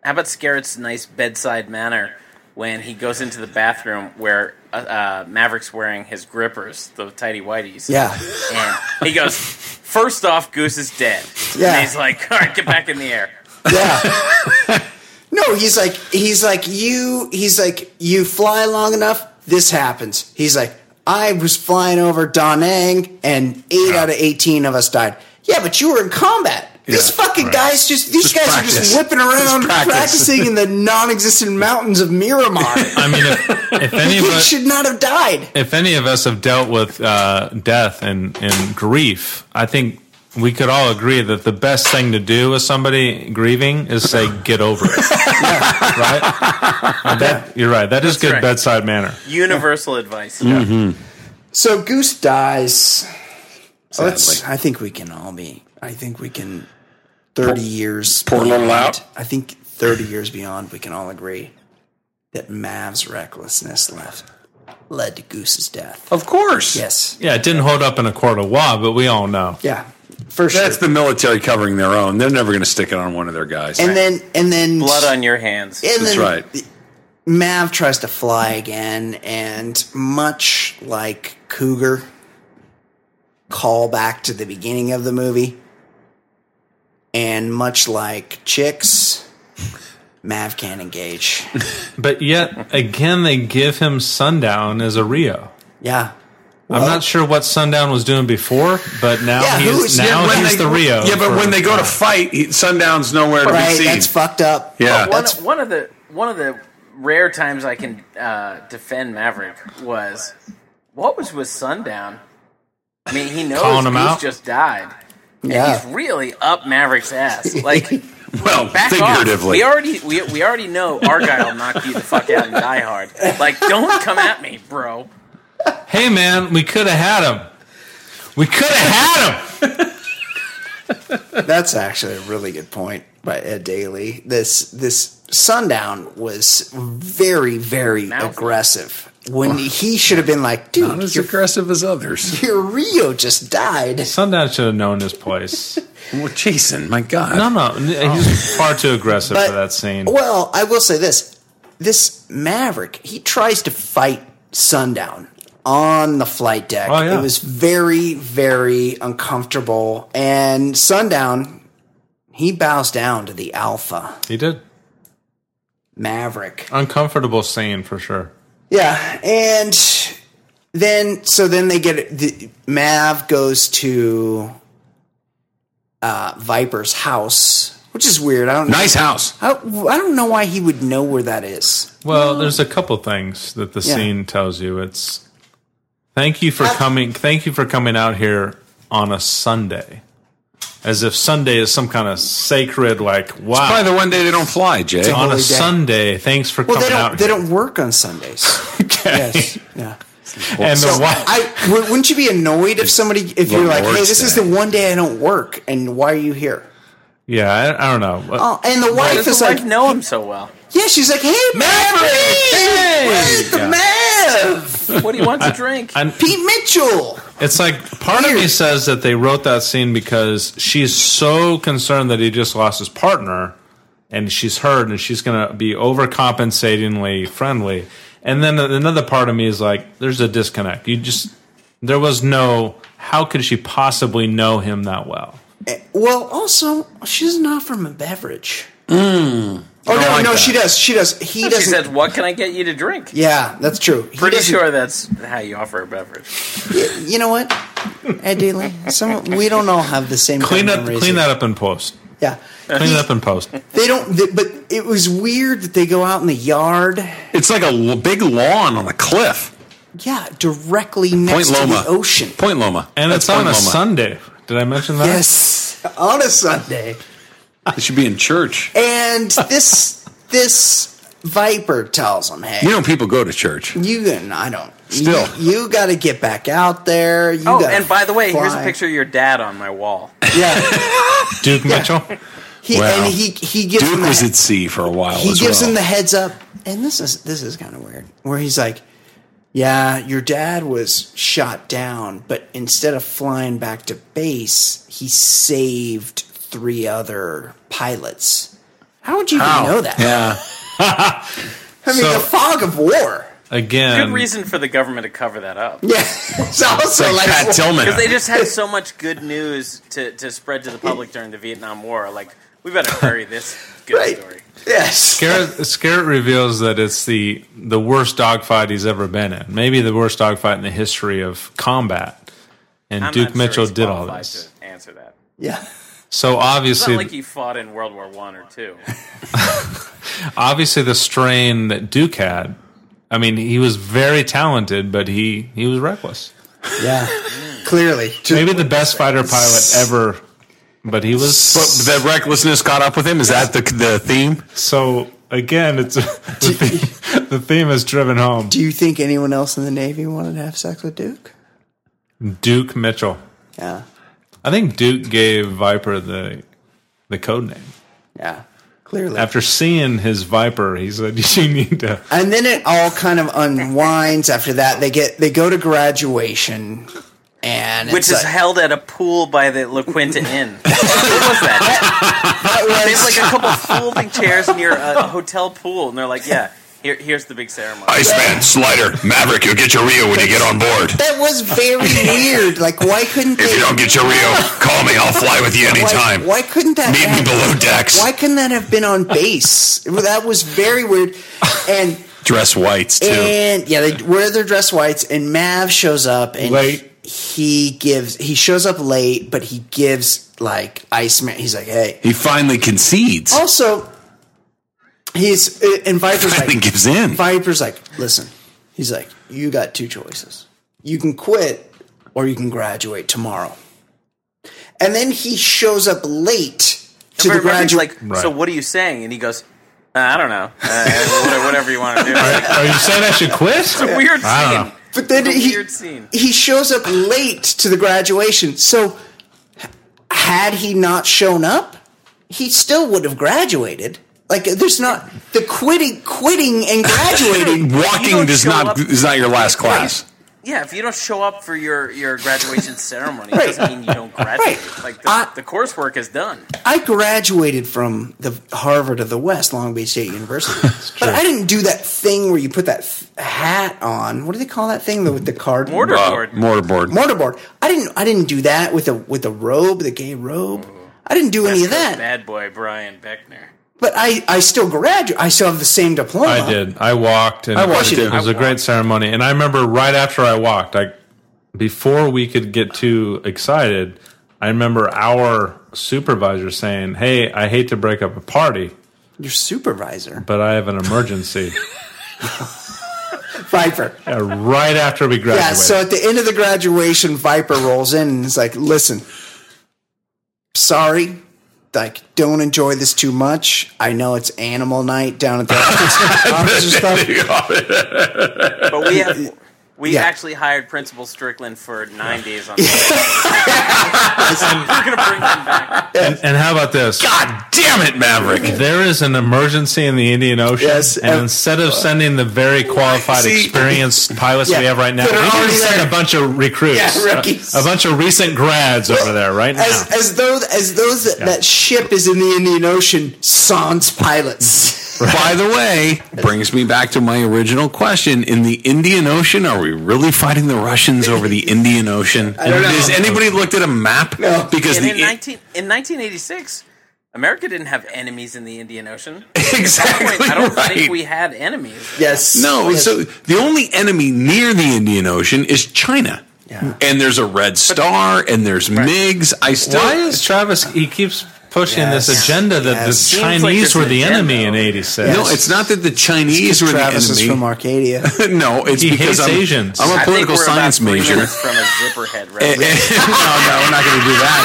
Speaker 6: How about Skerritt's nice bedside manner when he goes into the bathroom where uh, uh, Maverick's wearing his grippers, the tidy whities.
Speaker 4: Yeah.
Speaker 6: And he goes, first off, Goose is dead.
Speaker 4: Yeah.
Speaker 6: And he's like, all right, get back in the air.
Speaker 4: Yeah. no, he's like he's like you he's like you fly long enough, this happens. He's like I was flying over Da Nang and 8 out of 18 of us died. Yeah, but you were in combat. These
Speaker 1: Yeah,
Speaker 4: fucking
Speaker 1: right.
Speaker 4: guys just these
Speaker 1: Just
Speaker 4: guys are
Speaker 1: practice.
Speaker 4: just whipping around
Speaker 1: Just practice.
Speaker 4: practicing in the non-existent mountains of Miramar.
Speaker 2: I mean, if, if any of
Speaker 4: he
Speaker 2: us,
Speaker 4: should not have died.
Speaker 2: if any of us have dealt with uh, death and, and grief, I think we could all agree that the best thing to do with somebody grieving is say, "Get over it." Right? That- you're right. That is
Speaker 6: That's
Speaker 2: good
Speaker 6: right.
Speaker 2: bedside manner.
Speaker 6: Universal advice.
Speaker 4: Mm-hmm. So Goose dies. Let's,
Speaker 1: Sadly.
Speaker 4: I think we can all be. I think we can. Thirty years.
Speaker 1: pour a little
Speaker 4: beyond-
Speaker 1: out.
Speaker 4: I think thirty years beyond, we can all agree that Mav's recklessness left led to Goose's death.
Speaker 1: Of course.
Speaker 4: Yes.
Speaker 2: Yeah, it didn't hold up in a court of law, but we all know.
Speaker 4: Yeah. For sure.
Speaker 1: That's the military covering their own. They're never going to stick it on one of their guys.
Speaker 4: and then and then
Speaker 6: Blood on your hands.
Speaker 4: and
Speaker 1: That's
Speaker 4: then
Speaker 1: right.
Speaker 4: Mav tries to fly again, and much like Cougar, call back to the beginning of the movie, and much like Chicks, Mav can't engage.
Speaker 2: But yet again, they give him Sundown as a Rio.
Speaker 4: Yeah,
Speaker 2: I'm not sure what Sundown was doing before, but now
Speaker 4: Yeah, who
Speaker 2: he's
Speaker 4: is-
Speaker 2: now
Speaker 1: Yeah, when
Speaker 2: he's
Speaker 1: they-
Speaker 2: the Rio.
Speaker 1: Yeah, but
Speaker 2: for-
Speaker 1: when they go to fight, he- sundown's nowhere to be
Speaker 4: right.
Speaker 1: seen.
Speaker 4: That's fucked up.
Speaker 1: Yeah.
Speaker 6: one,
Speaker 4: that's
Speaker 6: one of the one of the rare times I can uh, defend Maverick was what was with Sundown. I mean, he knows
Speaker 2: Calling him
Speaker 6: Goose
Speaker 2: out?
Speaker 6: just died.
Speaker 4: yeah.
Speaker 6: He's really up Maverick's ass. Like,
Speaker 1: well,
Speaker 6: back off.
Speaker 1: figuratively.
Speaker 6: We already we, we already know Argyle knocked you the fuck out in Die Hard. Like, don't come at me, bro.
Speaker 2: Hey, man, we could have had him. We could have had him.
Speaker 4: That's actually a really good point by Ed Daly. This this sundown was very very
Speaker 6: Mouthy.
Speaker 4: aggressive. When he should have been like,
Speaker 1: Not
Speaker 4: dude,
Speaker 1: as
Speaker 4: your,
Speaker 1: aggressive as others.
Speaker 4: your Rio just died.
Speaker 2: Sundown should have known his place.
Speaker 1: Well, Jason, my God.
Speaker 2: No, no,
Speaker 1: Oh.
Speaker 2: he's far too aggressive
Speaker 4: But-
Speaker 2: for that scene.
Speaker 4: Well, I will say this: this Maverick, he tries to fight Sundown on the flight deck.
Speaker 2: Oh, yeah.
Speaker 4: It was very, very uncomfortable. And Sundown, he bows down to the Alpha
Speaker 2: He did.
Speaker 4: Maverick.
Speaker 2: Uncomfortable scene for sure.
Speaker 4: Yeah, and then so then they get the, Mav goes to uh, Viper's house, which is weird. I don't
Speaker 1: Nice house.
Speaker 4: I don't, I don't know why he would know where that is.
Speaker 2: Well, there's a couple things that the
Speaker 4: Yeah.
Speaker 2: scene tells you. It's thank you for coming. Thank you for coming out here on a Sunday, as if Sunday is some kind of sacred. Like wow,
Speaker 1: Probably the one day they don't fly, Jay.
Speaker 2: on a
Speaker 4: Holy day.
Speaker 2: Sunday. Thanks for
Speaker 4: Well,
Speaker 2: coming
Speaker 4: they don't
Speaker 2: out.
Speaker 4: they
Speaker 2: here.
Speaker 4: don't work on Sundays.
Speaker 2: Okay.
Speaker 4: Yes, yeah.
Speaker 2: And the
Speaker 4: So
Speaker 2: wi-
Speaker 4: I w- wouldn't you be annoyed if somebody if you're
Speaker 1: Lord
Speaker 4: like, hey, this
Speaker 1: Day.
Speaker 4: is the one day I don't work, and why are you here?
Speaker 2: yeah, I, I don't know. What-
Speaker 4: Oh, and the
Speaker 6: Why
Speaker 4: wife
Speaker 6: does
Speaker 4: is
Speaker 6: the
Speaker 4: like,
Speaker 6: wife know him so well?
Speaker 4: yeah, she's like, hey, Maverick, hey, where's the Mav?
Speaker 6: What do you want to drink?
Speaker 2: I-
Speaker 4: Pete Mitchell.
Speaker 2: It's like part of me
Speaker 4: Weird.
Speaker 2: says that they wrote that scene because she's so concerned that he just lost his partner and she's hurt and she's going to be overcompensatingly friendly. And then another part of me is like, there's a disconnect. You just, there was no, how could she possibly know him that well?
Speaker 4: Well, also, she doesn't offer him a beverage. Oh no,
Speaker 1: Mm. like
Speaker 4: no,
Speaker 1: that.
Speaker 4: she does. She does. He
Speaker 6: she
Speaker 4: doesn't.
Speaker 6: said, "What can I get you to drink?"
Speaker 4: yeah, that's true. He
Speaker 6: Pretty
Speaker 4: doesn't-
Speaker 6: sure that's how you offer a beverage.
Speaker 4: You know what, Ed Daly? Some we don't all have the same.
Speaker 2: Clean
Speaker 4: kind of
Speaker 2: up,
Speaker 4: memories.
Speaker 2: clean that up in post.
Speaker 4: Yeah,
Speaker 2: Clean it up in post.
Speaker 4: they don't. They, but it was weird that they go out in the yard.
Speaker 1: It's like a l- big lawn on a cliff.
Speaker 4: Yeah, directly next
Speaker 1: Point
Speaker 4: to
Speaker 1: Loma.
Speaker 4: the ocean.
Speaker 1: Point Loma.
Speaker 2: And
Speaker 1: That's
Speaker 2: it's on
Speaker 1: Point
Speaker 2: a
Speaker 1: Loma.
Speaker 2: Sunday. Did I mention that?
Speaker 4: Yes, on a Sunday.
Speaker 1: It should be in church.
Speaker 4: And this this viper tells him, "Hey,
Speaker 1: You know, people go to church.
Speaker 4: you and I don't.
Speaker 1: Still.
Speaker 4: you, got to get back out there. You
Speaker 6: Oh,
Speaker 4: gotta
Speaker 6: and by the way, here's a
Speaker 4: fly."
Speaker 6: picture of your dad on my wall.
Speaker 4: Yeah,
Speaker 2: Duke Mitchell?
Speaker 4: he,
Speaker 1: Wow.
Speaker 4: and he he gives him
Speaker 1: Duke
Speaker 4: the,
Speaker 1: was at sea for a while.
Speaker 4: he
Speaker 1: as
Speaker 4: gives
Speaker 1: well.
Speaker 4: him the heads up, and this is this is kind of weird, where he's like, "Yeah, your dad was shot down, but instead of flying back to base, he saved three other pilots. How would you even know that?
Speaker 1: Yeah.
Speaker 4: I mean,
Speaker 2: So-
Speaker 4: the fog of war.
Speaker 2: Again.
Speaker 6: Good reason for the government to cover that up.
Speaker 4: Yeah, it's also
Speaker 1: Like
Speaker 4: like
Speaker 1: Pat Tillman.
Speaker 6: Because they just had so much good news to, to spread to the public during the Vietnam War. Like, we better hurry this good
Speaker 4: Right.
Speaker 6: story.
Speaker 4: Yes,
Speaker 2: Scarrett, Scarrett reveals that it's the the worst dogfight he's ever been in, maybe the worst dogfight in the history of combat. And
Speaker 6: I'm
Speaker 2: Duke
Speaker 6: not sure
Speaker 2: Mitchell
Speaker 6: he's
Speaker 2: did all
Speaker 6: qualified
Speaker 2: this.
Speaker 6: To answer that.
Speaker 4: yeah."
Speaker 2: So
Speaker 6: It's
Speaker 2: obviously,
Speaker 6: not like he fought in World War One or two.
Speaker 2: obviously, the strain that Duke had. I mean, he was very talented, but he he was reckless.
Speaker 4: Yeah, clearly.
Speaker 2: Maybe the best fighter pilot ever. But he was
Speaker 1: But the recklessness caught up with him. Is that the the theme?
Speaker 2: so. Again, it's the theme, the theme is driven home.
Speaker 4: Do you think anyone else in the Navy wanted to have sex with Duke?
Speaker 2: Duke Mitchell.
Speaker 4: Yeah,
Speaker 2: I think Duke gave Viper the the code name.
Speaker 4: yeah, clearly.
Speaker 2: After seeing his Viper, he said, "You need to."
Speaker 4: and then it all kind of unwinds after that. They get they go to graduation, and
Speaker 6: Which
Speaker 4: it's
Speaker 6: is
Speaker 4: like-
Speaker 6: held at a pool by the La Quinta Inn. what was that?
Speaker 4: that was-
Speaker 6: They have like a couple folding chairs near a, a hotel pool, and they're like, "Yeah, here, here's the big ceremony."
Speaker 1: Iceman, Slider, Maverick, you'll get your Rio when you get on board.
Speaker 4: that was very weird. Like, why couldn't they?
Speaker 1: get your Rio, call me. I'll fly with you
Speaker 4: why, why couldn't that? have-
Speaker 1: decks.
Speaker 4: Why couldn't that have been on base? that was very weird. And
Speaker 1: Dress whites too.
Speaker 4: and yeah, they wear their dress whites, and Mav shows up and
Speaker 2: Late.
Speaker 4: he gives he shows up late, but he gives like Iceman. He's like, hey.
Speaker 1: he finally concedes.
Speaker 4: Also, he's uh, and Viper's
Speaker 1: Finally
Speaker 4: like
Speaker 1: gives in.
Speaker 4: Viper's like, listen, he's like, you got two choices. You can quit or you can graduate tomorrow. And then he shows up late to the
Speaker 6: Remember, he's
Speaker 4: graduate.
Speaker 6: like, so what are you saying? And he goes, uh, "I don't know, uh, whatever, whatever you want to do." It's
Speaker 2: Are you saying I should quit?
Speaker 6: a weird
Speaker 2: I don't
Speaker 6: scene.
Speaker 2: know.
Speaker 4: but then
Speaker 6: it's a
Speaker 4: he,
Speaker 6: weird scene.
Speaker 4: he shows up late to the graduation. So h- had he not shown up, he still would have graduated. Like there's not the quitting, quitting and graduating
Speaker 1: Walking
Speaker 6: don't
Speaker 1: does
Speaker 6: show
Speaker 1: not
Speaker 6: up-
Speaker 1: is not your last class.
Speaker 6: Yeah, if you don't show up for your, your graduation ceremony, it doesn't mean you don't graduate. Like the, the coursework is done.
Speaker 4: I graduated from the Harvard of the West, Long Beach State University, but I didn't do that thing where you put that f- hat on. What do they call that thing? The, with the card
Speaker 6: Mortarboard.
Speaker 1: Uh, Mortarboard.
Speaker 4: Mortarboard. I didn't. I didn't do that with a with a robe, the gay robe. I didn't do any of that.
Speaker 6: Bad boy Brian Beckner.
Speaker 4: But I, I still graduate. I still have the same diploma.
Speaker 2: I did. I walked, and
Speaker 1: I walked,
Speaker 2: it
Speaker 1: too.
Speaker 2: was, it was a great ceremony. And I remember right after I walked, I before we could get too excited, I remember our supervisor saying, "Hey, I hate to break up a party,
Speaker 4: Your supervisor,
Speaker 2: but I have an emergency."
Speaker 4: Viper.
Speaker 2: Yeah, right after we graduated,
Speaker 4: Yeah. So at the end of the graduation, Viper rolls in and is like, "Listen, sorry." Like, don't enjoy this too much. I know it's animal night down at the office, officer's club.
Speaker 6: But we have we
Speaker 4: Yeah.
Speaker 6: actually hired Principal Strickland for nine days on the We're gonna bring him back.
Speaker 2: and, and how about this?
Speaker 9: God damn it, Maverick.
Speaker 2: There is an emergency in the Indian Ocean,
Speaker 4: Yes,
Speaker 2: and
Speaker 4: and-
Speaker 2: instead of sending the very qualified,
Speaker 1: See-
Speaker 2: experienced pilots
Speaker 4: Yeah,
Speaker 2: we have right now,
Speaker 4: that are
Speaker 2: we need to
Speaker 4: already
Speaker 2: send
Speaker 4: there.
Speaker 2: a bunch of recruits,
Speaker 4: Yeah,
Speaker 2: a-
Speaker 4: rookies.
Speaker 2: a, bunch of recent grads over there right now.
Speaker 4: as as though as though that,
Speaker 2: Yeah.
Speaker 4: that ship is in the Indian Ocean, sans pilots.
Speaker 1: By the way, brings me back to my original question. In the Indian Ocean, are we really fighting the Russians over the Indian Ocean? Has anybody looked at a map? No. Because
Speaker 6: And
Speaker 1: the
Speaker 6: in nineteen in nineteen eighty six, America didn't have enemies in the Indian Ocean.
Speaker 1: exactly
Speaker 6: I don't
Speaker 1: right.
Speaker 6: think we had enemies.
Speaker 4: yes.
Speaker 1: no,
Speaker 4: Yes.
Speaker 1: so the only enemy near the Indian Ocean is China.
Speaker 4: Yeah.
Speaker 1: And there's a red star, and there's MiGs. I still
Speaker 2: Why is Travis? He keeps pushing
Speaker 4: Yes.
Speaker 2: this agenda that
Speaker 4: Yes.
Speaker 2: the
Speaker 6: Seems like
Speaker 2: Chinese
Speaker 6: there's
Speaker 2: were
Speaker 6: an
Speaker 2: the
Speaker 6: agenda
Speaker 2: enemy in
Speaker 6: over there.
Speaker 2: '86.
Speaker 1: no. It's not that the Chinese were the
Speaker 4: Travis is
Speaker 1: enemy.
Speaker 4: from Arcadia.
Speaker 1: no, it's
Speaker 2: He
Speaker 1: because
Speaker 2: hates
Speaker 1: I'm,
Speaker 2: Asians.
Speaker 1: I'm a
Speaker 6: I think
Speaker 1: political
Speaker 6: we're
Speaker 1: science
Speaker 6: about three
Speaker 1: major.
Speaker 6: minutes from a zipper head
Speaker 1: Eh,
Speaker 6: right
Speaker 1: eh, no, no, we're not going to do that.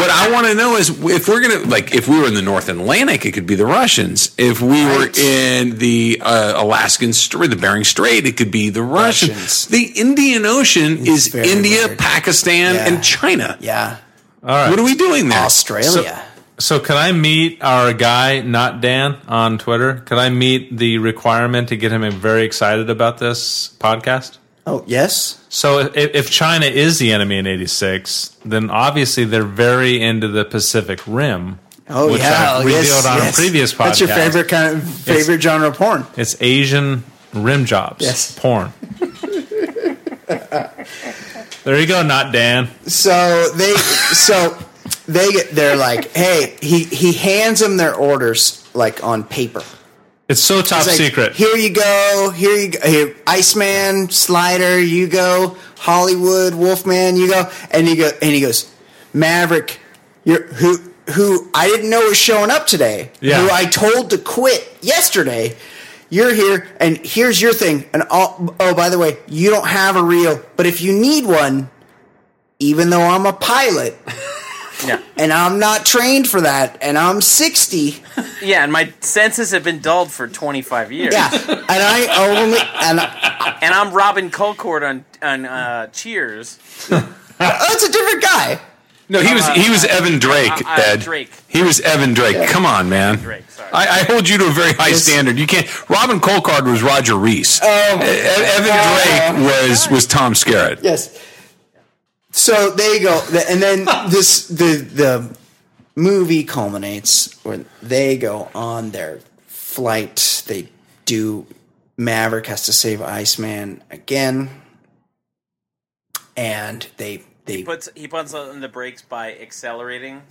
Speaker 1: What I want to know is if we're going to like if we were in the North Atlantic, it could be the Russians. If we were in the uh, Alaskan Strait, the Bering Strait, it could be the Russians.
Speaker 4: Russians.
Speaker 1: The Indian Ocean is
Speaker 4: very
Speaker 1: India,
Speaker 4: weird.
Speaker 1: Pakistan,
Speaker 4: Yeah.
Speaker 1: and China.
Speaker 4: yeah.
Speaker 1: What are we doing there?
Speaker 4: Australia.
Speaker 2: So, can I meet our guy, not Dan, on Twitter? Could I meet the requirement to get him very excited about this podcast?
Speaker 4: oh yes.
Speaker 2: So if, if China is the enemy in '86, then obviously they're very into the Pacific Rim.
Speaker 4: Oh
Speaker 2: which
Speaker 4: yeah.
Speaker 2: I've
Speaker 4: Oh,
Speaker 2: revealed
Speaker 4: yes,
Speaker 2: on
Speaker 4: yes.
Speaker 2: a previous podcast.
Speaker 4: That's your favorite kind of favorite genre of porn.
Speaker 2: It's Asian rim jobs.
Speaker 4: Yes.
Speaker 2: porn. there you go, not Dan.
Speaker 4: So they so they get they're like, hey, he he hands them their orders like on paper.
Speaker 2: It's so top
Speaker 4: It's like,
Speaker 2: secret.
Speaker 4: Here you go. Here you go. Here, Iceman, Slider, you go. Hollywood, Wolfman, you go. And he go. And he goes, Maverick, you're, who who I didn't know was showing up today.
Speaker 2: Yeah.
Speaker 4: Who I told to quit yesterday. You're here, and here's your thing. And all, oh, by the way, you don't have a reel, but if you need one, even though I'm a pilot
Speaker 6: now. Yeah.
Speaker 4: and I'm not trained for that, and I'm 60,
Speaker 6: yeah, and my senses have been dulled for twenty five years.
Speaker 4: yeah, and I only and. I,
Speaker 6: And I'm Robin Colcord on on uh, Cheers.
Speaker 4: Oh, that's a different guy.
Speaker 1: No, he was he was Evan Drake,
Speaker 6: uh, uh,
Speaker 1: Ed.
Speaker 6: Drake.
Speaker 1: He was Evan Drake. Come on, man.
Speaker 6: Drake, sorry.
Speaker 1: I, I hold you to a very high
Speaker 4: Yes.
Speaker 1: standard. You can't. Robin Colcard was Roger Reese. Oh,
Speaker 4: Um,
Speaker 1: Evan Drake was was Tom Skerritt.
Speaker 4: Yes. So there you go, The- and then this the the movie culminates when they go on their flight. They do. Maverick has to save Iceman again, and they they
Speaker 6: Puts he puts on the brakes by accelerating.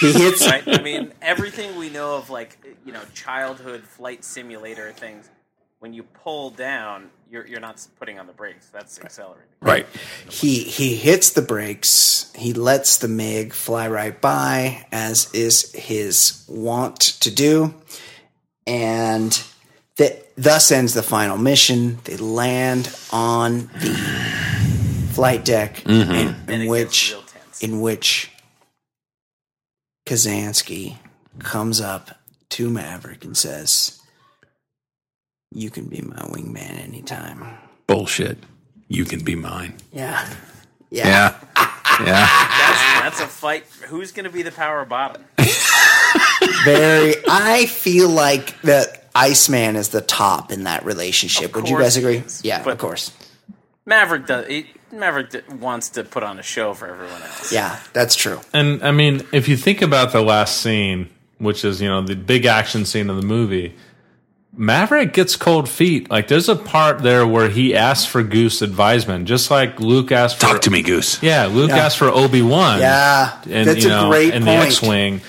Speaker 4: he hits.
Speaker 6: Right? I mean, everything we know of, like you know, childhood flight simulator things. When you pull down, you're you're not putting on the brakes. That's accelerating.
Speaker 1: Right.
Speaker 4: He he hits the brakes. He lets the Mig fly right by, as is his wont to do, and th- thus ends the final mission. They land on the flight deck, in,
Speaker 6: Mm-hmm. And
Speaker 4: in
Speaker 6: it
Speaker 4: which
Speaker 6: gets real tense.
Speaker 4: in which Kazansky comes up to Maverick and says, "You can be my wingman anytime."
Speaker 1: Bullshit. You can be mine.
Speaker 4: Yeah.
Speaker 1: Yeah. Yeah.
Speaker 6: That's, that's a fight. Who's going to be the power bottom?
Speaker 4: very I feel like that Iceman is the top in that relationship. Would you
Speaker 6: course
Speaker 4: guys
Speaker 6: he
Speaker 4: agree?
Speaker 6: is.
Speaker 4: Yeah,
Speaker 6: But-
Speaker 4: of course.
Speaker 6: Maverick does. He, Maverick d- wants to put on a show for everyone else.
Speaker 4: Yeah, that's true.
Speaker 2: And I mean, if you think about the last scene, which is you know the big action scene of the movie, Maverick gets cold feet. Like there's a part there where he asks for Goose advisement, just like Luke asked for.
Speaker 1: Talk to me, Goose.
Speaker 2: Yeah, Luke
Speaker 4: Yeah.
Speaker 2: asked for Obi Wan.
Speaker 4: Yeah,
Speaker 2: and
Speaker 4: that's
Speaker 2: you
Speaker 4: a
Speaker 2: know,
Speaker 4: great
Speaker 2: and
Speaker 4: point.
Speaker 2: the X-wing.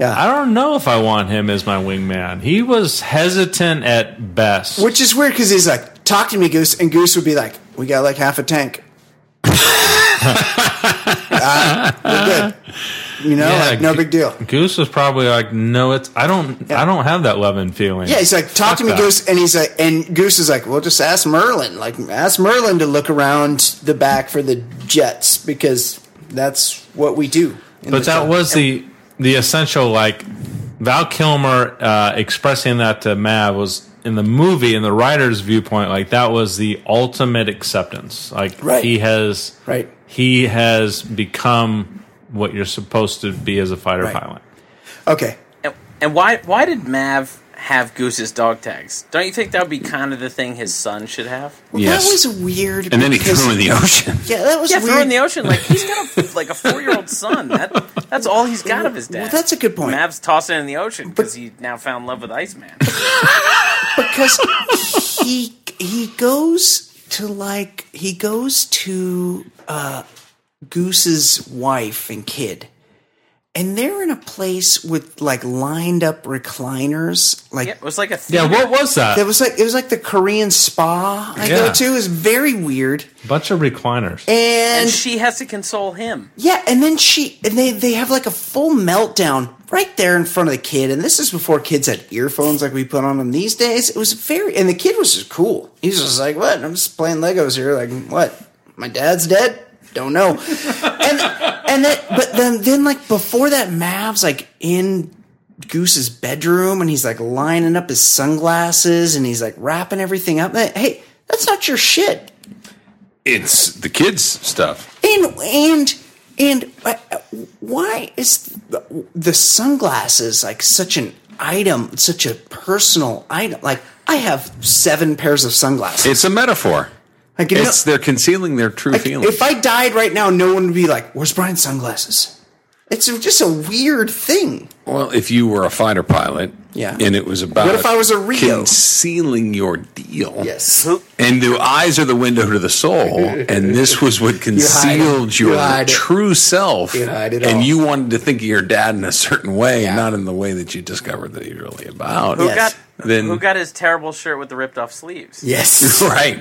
Speaker 4: Yeah.
Speaker 2: I don't know if I want him as my wingman. He was hesitant at best.
Speaker 4: Which is weird because he's like, talk to me, Goose. And Goose would be like, we got like half a tank. Ah, we're good. You know,
Speaker 2: Yeah,
Speaker 4: like, no
Speaker 2: Go-
Speaker 4: big deal.
Speaker 2: Goose was probably like, no, it's I don't I don't have that loving feeling.
Speaker 4: Yeah, he's like, talk to me,
Speaker 2: that.
Speaker 4: Goose. And he's like, and Goose is like, well, just ask Merlin. Like, ask Merlin to look around the back for the jets because that's what we do. in
Speaker 2: but
Speaker 4: this
Speaker 2: that
Speaker 4: town.
Speaker 2: was the the essential like Val Kilmer uh, expressing that to Mav was in the movie in the writer's viewpoint like that was the ultimate acceptance like
Speaker 4: Right.
Speaker 2: he has
Speaker 4: Right.
Speaker 2: he has become what you're supposed to be as a fighter
Speaker 4: Right.
Speaker 2: pilot
Speaker 4: Okay.
Speaker 6: And, and why? Why did Mav have Goose's dog tags? Don't you think that would be kind of the thing his son should have?
Speaker 4: Well,
Speaker 1: Yes.
Speaker 4: That was weird.
Speaker 1: And then he
Speaker 4: because-
Speaker 1: threw him in the ocean.
Speaker 4: Yeah, that was
Speaker 6: Yeah,
Speaker 4: weird.
Speaker 6: throw in the ocean. Like he's got a, like a four year old son. That that's all he's got of his dad.
Speaker 4: Well, that's a good point.
Speaker 6: Mav's tossing in the ocean because he now found love with Iceman.
Speaker 4: because he he goes to like he goes to uh, Goose's wife and kid, and they're in a place with like lined up recliners. Like
Speaker 6: Yeah, it was like a
Speaker 2: yeah
Speaker 6: theater.
Speaker 2: what was that
Speaker 4: it was like it was like the Korean spa I go
Speaker 2: Yeah.
Speaker 4: to. It was very weird.
Speaker 2: bunch of recliners
Speaker 4: And,
Speaker 6: and she has to console him.
Speaker 4: yeah, and then she and they they have like a full meltdown right there in front of the kid. And this is before kids had earphones like we put on them these days. It was very and the kid was just cool. He was just like, "What? I'm just playing Legos here. Like, what? My dad's dead? Don't know." and and then but then then like before that, Mav's like in Goose's bedroom and he's like lining up his sunglasses and he's like wrapping everything up. Like, hey, that's not your shit.
Speaker 1: It's the kids' stuff.
Speaker 4: And and and uh, why is the, the sunglasses like such an item, such a personal item? Like I have seven pairs of sunglasses.
Speaker 1: It's a metaphor.
Speaker 4: like, you know-
Speaker 1: It's they're concealing their true
Speaker 4: like,
Speaker 1: feelings.
Speaker 4: if I died right now, no one would be like, "Where's Brian's sunglasses?" It's just a weird thing.
Speaker 1: well, if you were a fighter pilot,
Speaker 4: Yeah.
Speaker 1: and it was about
Speaker 4: What if I was a Rio?
Speaker 1: concealing your deal?
Speaker 4: Yes.
Speaker 1: And the eyes are the window to the soul, and this was what concealed
Speaker 4: You
Speaker 1: your
Speaker 4: hide it.
Speaker 1: true self.
Speaker 4: You hide it all.
Speaker 1: and you wanted to think of your dad in a certain way,
Speaker 4: Yeah.
Speaker 1: not in the way that you discovered that he's really about.
Speaker 6: Who
Speaker 4: Yes.
Speaker 6: got
Speaker 1: Then-
Speaker 6: who got his terrible shirt with the ripped off sleeves?
Speaker 4: Yes.
Speaker 1: Right.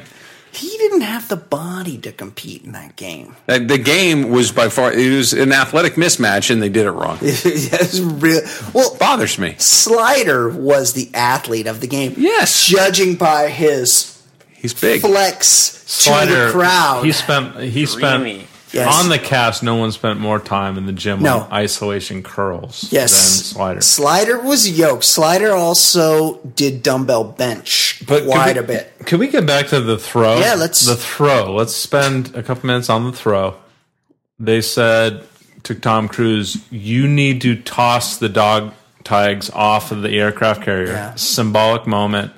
Speaker 4: He didn't have the body to compete in that game.
Speaker 1: Like, Uh, The game was by far it was an athletic mismatch, and they did it wrong. It
Speaker 4: yes, real. Well,
Speaker 1: bothers me.
Speaker 4: Slider was the athlete of the game.
Speaker 1: Yes.
Speaker 4: Judging by his
Speaker 1: He's big.
Speaker 4: flex to the crowd.
Speaker 2: he spent he spent
Speaker 6: Dreamy.
Speaker 4: Yes.
Speaker 2: on the cast no one spent more time in the gym
Speaker 4: No.
Speaker 2: on isolation curls
Speaker 4: yes,
Speaker 2: than slider
Speaker 4: Slider was yoked. Slider also did dumbbell bench
Speaker 2: But
Speaker 4: quite
Speaker 2: could we-
Speaker 4: a bit.
Speaker 2: Could we get back to the throw?
Speaker 4: Yeah, let's-
Speaker 2: the throw. Let's spend a couple minutes on the throw. They said to Tom Cruise, "You need to toss the dog tags off of the aircraft carrier.
Speaker 4: Yeah.
Speaker 2: Symbolic moment.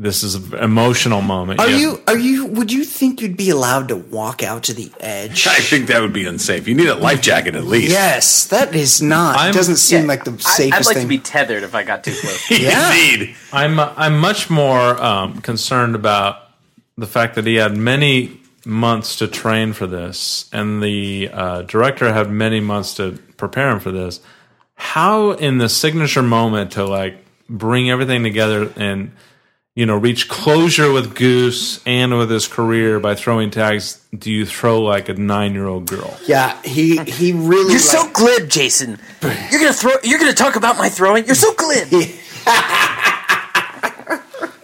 Speaker 2: This is an emotional moment.
Speaker 4: Are
Speaker 2: Yeah.
Speaker 4: you? Are you? Would you think you'd be allowed to walk out to the edge?
Speaker 1: I think that would be unsafe. You need a life jacket at least.
Speaker 4: yes, that is not.
Speaker 2: I'm-
Speaker 4: doesn't seem
Speaker 6: Yeah,
Speaker 4: like the
Speaker 6: I-
Speaker 4: safest
Speaker 6: I'd like
Speaker 4: thing.
Speaker 6: to be tethered if I got too close.
Speaker 4: Yeah.
Speaker 1: Indeed.
Speaker 2: I'm uh, I'm much more um, concerned about the fact that he had many months to train for this, and the uh, director had many months to prepare him for this. How in the signature moment to like bring everything together and you know reach closure with Goose and with his career by throwing tags? Do you throw like a nine year old girl?
Speaker 4: yeah, he he really.
Speaker 6: You're
Speaker 4: like-
Speaker 6: so glib, Jason. You're gonna throw. You're gonna talk about my throwing. You're so glib.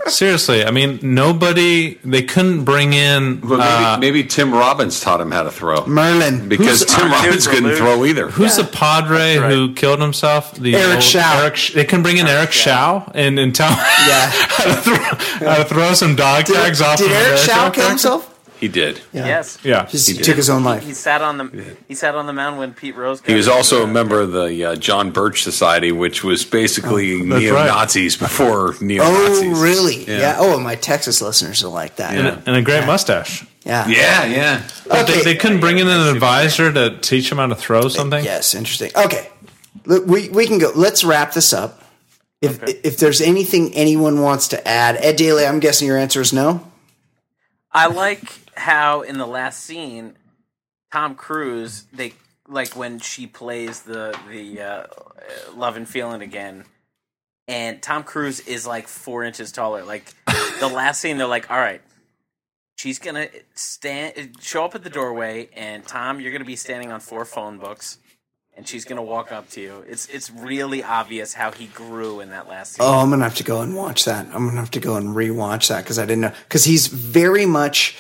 Speaker 2: Seriously, I mean nobody. They couldn't bring in.
Speaker 1: But maybe,
Speaker 2: uh,
Speaker 1: maybe Tim Robbins taught him how to throw.
Speaker 4: Merlin
Speaker 1: because
Speaker 4: Who's-
Speaker 1: Tim
Speaker 6: Dude,
Speaker 1: Robbins couldn't
Speaker 6: Duluth.
Speaker 1: throw either.
Speaker 2: Who's the padre who killed himself? The
Speaker 4: Eric Shao.
Speaker 2: Eric Sh- they can bring in Eric Shao and, and tell him
Speaker 4: yeah.
Speaker 2: how to throw, how to throw some dog tags off.
Speaker 4: Did
Speaker 2: of
Speaker 4: Eric Shaw
Speaker 2: aircraft
Speaker 4: kill
Speaker 2: tags.
Speaker 4: himself?
Speaker 1: He did.
Speaker 6: Yes.
Speaker 2: Yeah.
Speaker 4: Just took his own
Speaker 6: He
Speaker 4: life.
Speaker 6: sat on the he sat on the mound when Pete Rose. Got
Speaker 1: He was
Speaker 6: hurt.
Speaker 1: also a member of the uh, John Birch Society, which was basically
Speaker 2: that's
Speaker 1: neo Nazis before neo Nazis.
Speaker 4: Oh, really? Yeah. Oh, my Texas Oh, listeners will like that.
Speaker 2: And, and a great mustache.
Speaker 4: Yeah.
Speaker 1: Yeah, yeah.
Speaker 2: But
Speaker 4: Okay.
Speaker 2: they, they couldn't bring in an advisor to teach him how to throw something.
Speaker 4: Yes, interesting. Okay, Look, we we can go. Let's wrap this up. If if there's anything anyone wants to add, Ed Daly, I'm guessing your answer is no.
Speaker 6: I like how in the last scene, Tom Cruise they like when she plays the the uh, uh, love and feeling again, and Tom Cruise is like four inches taller. Like the last scene, they're like, all right. She's gonna stand, show up at the doorway, and Tom, you're gonna be standing on four phone books, and she's gonna walk up to you. It's it's really obvious how he grew in that last scene.
Speaker 4: Oh, I'm gonna have to go and watch that. I'm gonna have to go and rewatch that because I didn't know because he's very much.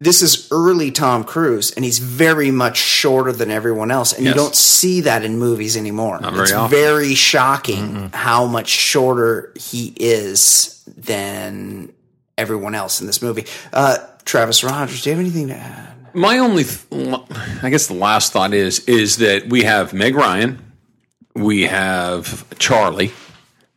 Speaker 4: This is early Tom Cruise, and he's very much shorter than everyone else, and
Speaker 1: Yes.
Speaker 4: you don't see that in movies anymore.
Speaker 1: Not very
Speaker 4: it's
Speaker 1: often.
Speaker 4: very shocking how much shorter he is than everyone else in this movie. Uh, Travis Rogers, do you have anything to add?
Speaker 1: My only, th- I guess, the last thought is is that we have Meg Ryan, we have Charlie,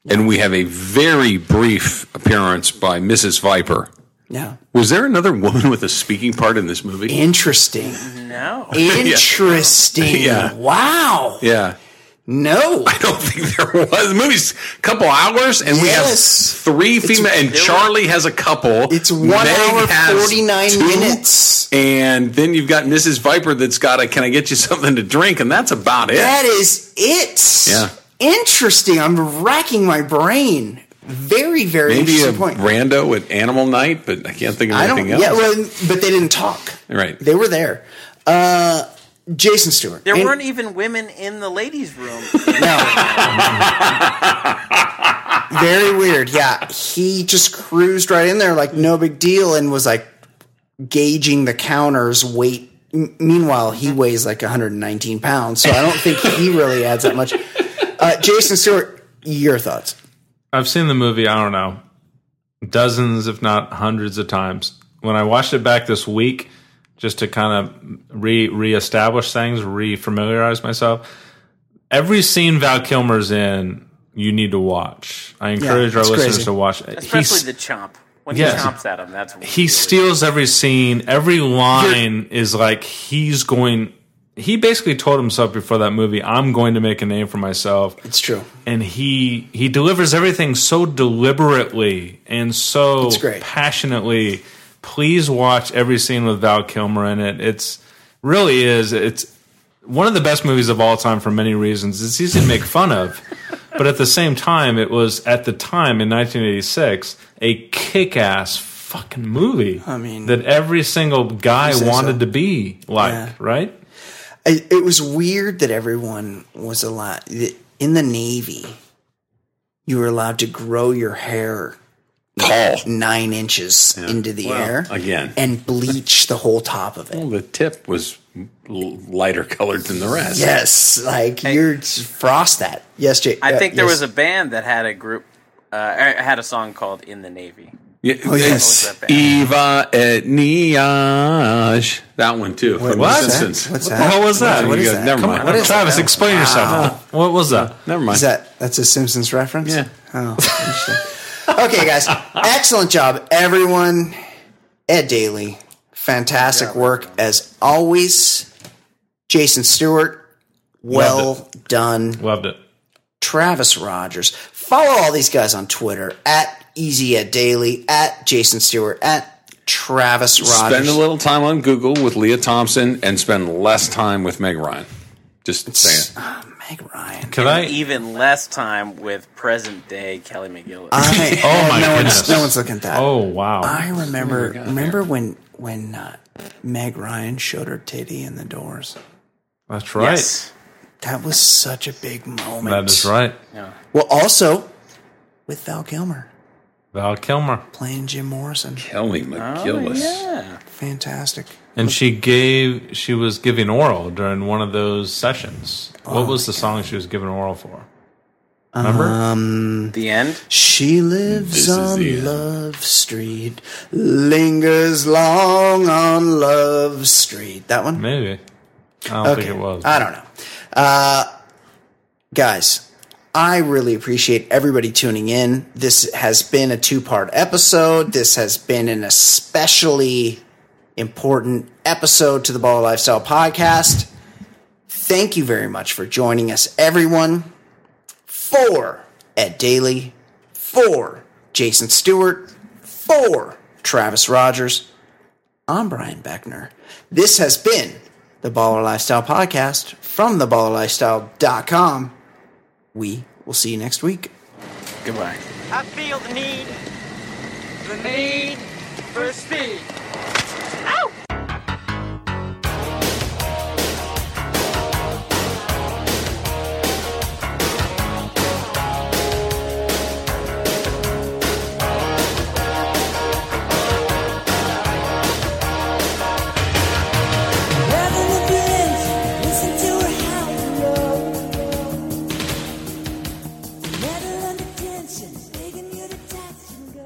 Speaker 1: and we have a very brief appearance by Mrs. Viper.
Speaker 4: Yeah.
Speaker 1: Was there another woman with a speaking part in this movie?
Speaker 4: Interesting.
Speaker 6: No,
Speaker 4: Interesting.
Speaker 1: Yeah.
Speaker 4: Wow.
Speaker 1: Yeah.
Speaker 4: No.
Speaker 1: I don't think there was. The movie's a couple hours, and
Speaker 4: Yes.
Speaker 1: we have three female, and Charlie has a couple.
Speaker 4: It's one
Speaker 1: Meg
Speaker 4: hour,
Speaker 1: has
Speaker 4: 49
Speaker 1: two,
Speaker 4: minutes.
Speaker 1: And then you've got Mrs. Viper that's got a can I get you something to drink? And that's about it.
Speaker 4: That is it.
Speaker 1: Yeah.
Speaker 4: Interesting. I'm racking my brain. Very, very
Speaker 1: Maybe a
Speaker 4: interesting point.
Speaker 1: rando at Animal Night, but I can't think of
Speaker 4: I don't.
Speaker 1: anything
Speaker 4: Yeah.
Speaker 1: else.
Speaker 4: Well, but they didn't talk.
Speaker 1: Right.
Speaker 4: They were there. Uh, Jason Stewart.
Speaker 6: there
Speaker 4: And-
Speaker 6: weren't even women in the ladies' room.
Speaker 4: very weird. Yeah, he just cruised right in there like no big deal and was like gauging the counter's weight. M- meanwhile, he weighs like 119 pounds, so I don't think he really adds that much. Uh, Jason Stewart, your thoughts?
Speaker 2: I've seen the movie, I don't know, dozens, if not hundreds of times. When I watched it back this week, just to kind of re reestablish things, re familiarize myself, every scene Val Kilmer's in, you need to watch. I encourage our
Speaker 4: it's
Speaker 2: listeners
Speaker 4: crazy.
Speaker 2: to watch.
Speaker 6: Especially
Speaker 2: He's-
Speaker 6: the chomp. When
Speaker 2: Yes.
Speaker 6: he chomps at him, that's
Speaker 2: he steals every scene every line is like he's going he basically told himself before that movie i'm going to make a name for myself
Speaker 4: It's true.
Speaker 2: and he he delivers everything so deliberately and so
Speaker 4: It's great.
Speaker 2: passionately please watch every scene with val kilmer in it it's really is it's one of the best movies of all time for many reasons it's easy to make fun of but at the same time it was at the time in 1986 a kick-ass fucking movie i
Speaker 4: mean-
Speaker 2: that every single guy
Speaker 4: say so.
Speaker 2: wanted to be like
Speaker 4: Yeah.
Speaker 2: right
Speaker 4: I, it was weird that everyone was allowed in the Navy. You were allowed to grow your hair
Speaker 1: Paul.
Speaker 4: nine inches into the air
Speaker 1: again.
Speaker 4: and bleach the whole top of it.
Speaker 1: Well, the tip was l- lighter colored than the rest.
Speaker 4: Yes, like you're just frost that. Yes, Jake.
Speaker 6: I think there was
Speaker 4: yes.
Speaker 6: a band that had a group, uh, er, had a song called "In the Navy."
Speaker 1: Yeah,
Speaker 4: Oh, yes.
Speaker 1: it's Eva et Niage. That one too. From
Speaker 4: what's
Speaker 1: The
Speaker 4: that?
Speaker 1: Simpsons.
Speaker 4: What's that?
Speaker 2: What was that?
Speaker 1: You
Speaker 4: What is
Speaker 1: go,
Speaker 4: that?
Speaker 1: Never
Speaker 4: Come
Speaker 1: mind.
Speaker 4: on, what is
Speaker 2: travis
Speaker 4: that?
Speaker 2: explain yourself what was that
Speaker 1: Never mind.
Speaker 4: Is that that's a Simpsons reference?
Speaker 1: Yeah.
Speaker 4: Oh, interesting. okay, guys, excellent job, everyone. Ed Daly, fantastic work as always. Jason Stewart, well done.
Speaker 2: loved it
Speaker 4: Travis Rogers. Follow all these guys on Twitter at Easy Ed Daily, at Jason Stewart, at Travis Rogers.
Speaker 1: Spend a little time on Google with Leah Thompson and spend less time with Meg Ryan. Just saying.
Speaker 4: Meg Ryan.
Speaker 2: could i
Speaker 6: Even less time with present day Kelly McGillis.
Speaker 4: I,
Speaker 2: Oh my
Speaker 4: no
Speaker 2: goodness.
Speaker 4: One's, no one's looking at that.
Speaker 2: Oh wow!
Speaker 4: I remember. remember when when uh, Meg Ryan showed her titty in the doors.
Speaker 2: That's right.
Speaker 6: Yes.
Speaker 4: That was such a big moment.
Speaker 2: That is right.
Speaker 4: Well, also with Val Kilmer
Speaker 2: Val Kilmer,
Speaker 4: playing Jim Morrison.
Speaker 1: Kelly
Speaker 4: Oh,
Speaker 1: McGillis.
Speaker 6: Yeah.
Speaker 4: Fantastic.
Speaker 2: and she gave she was giving oral during one of those sessions. what was the song she was giving oral for? Remember?
Speaker 6: The end.
Speaker 4: She lives
Speaker 1: This is
Speaker 4: on
Speaker 1: the end.
Speaker 4: Love Street, lingers long on Love Street. That one?
Speaker 2: Maybe. I don't think it was.
Speaker 4: I don't know. Uh, guys, I really appreciate everybody tuning in. This has been a two part episode. This has been an especially important episode to the Baller Lifestyle podcast. Thank you very much for joining us, everyone. Four at Daily, four Jason Stewart, four Travis Rogers. I'm Brian Beckner. This has been the Baller Lifestyle podcast from theballerlifestyle.com. We will see you next week.
Speaker 6: Goodbye.
Speaker 11: I feel the need, the need for speed. Ow!
Speaker 5: Revving the bends, listen to her howling low. Metal under tension, begging you to touch and go.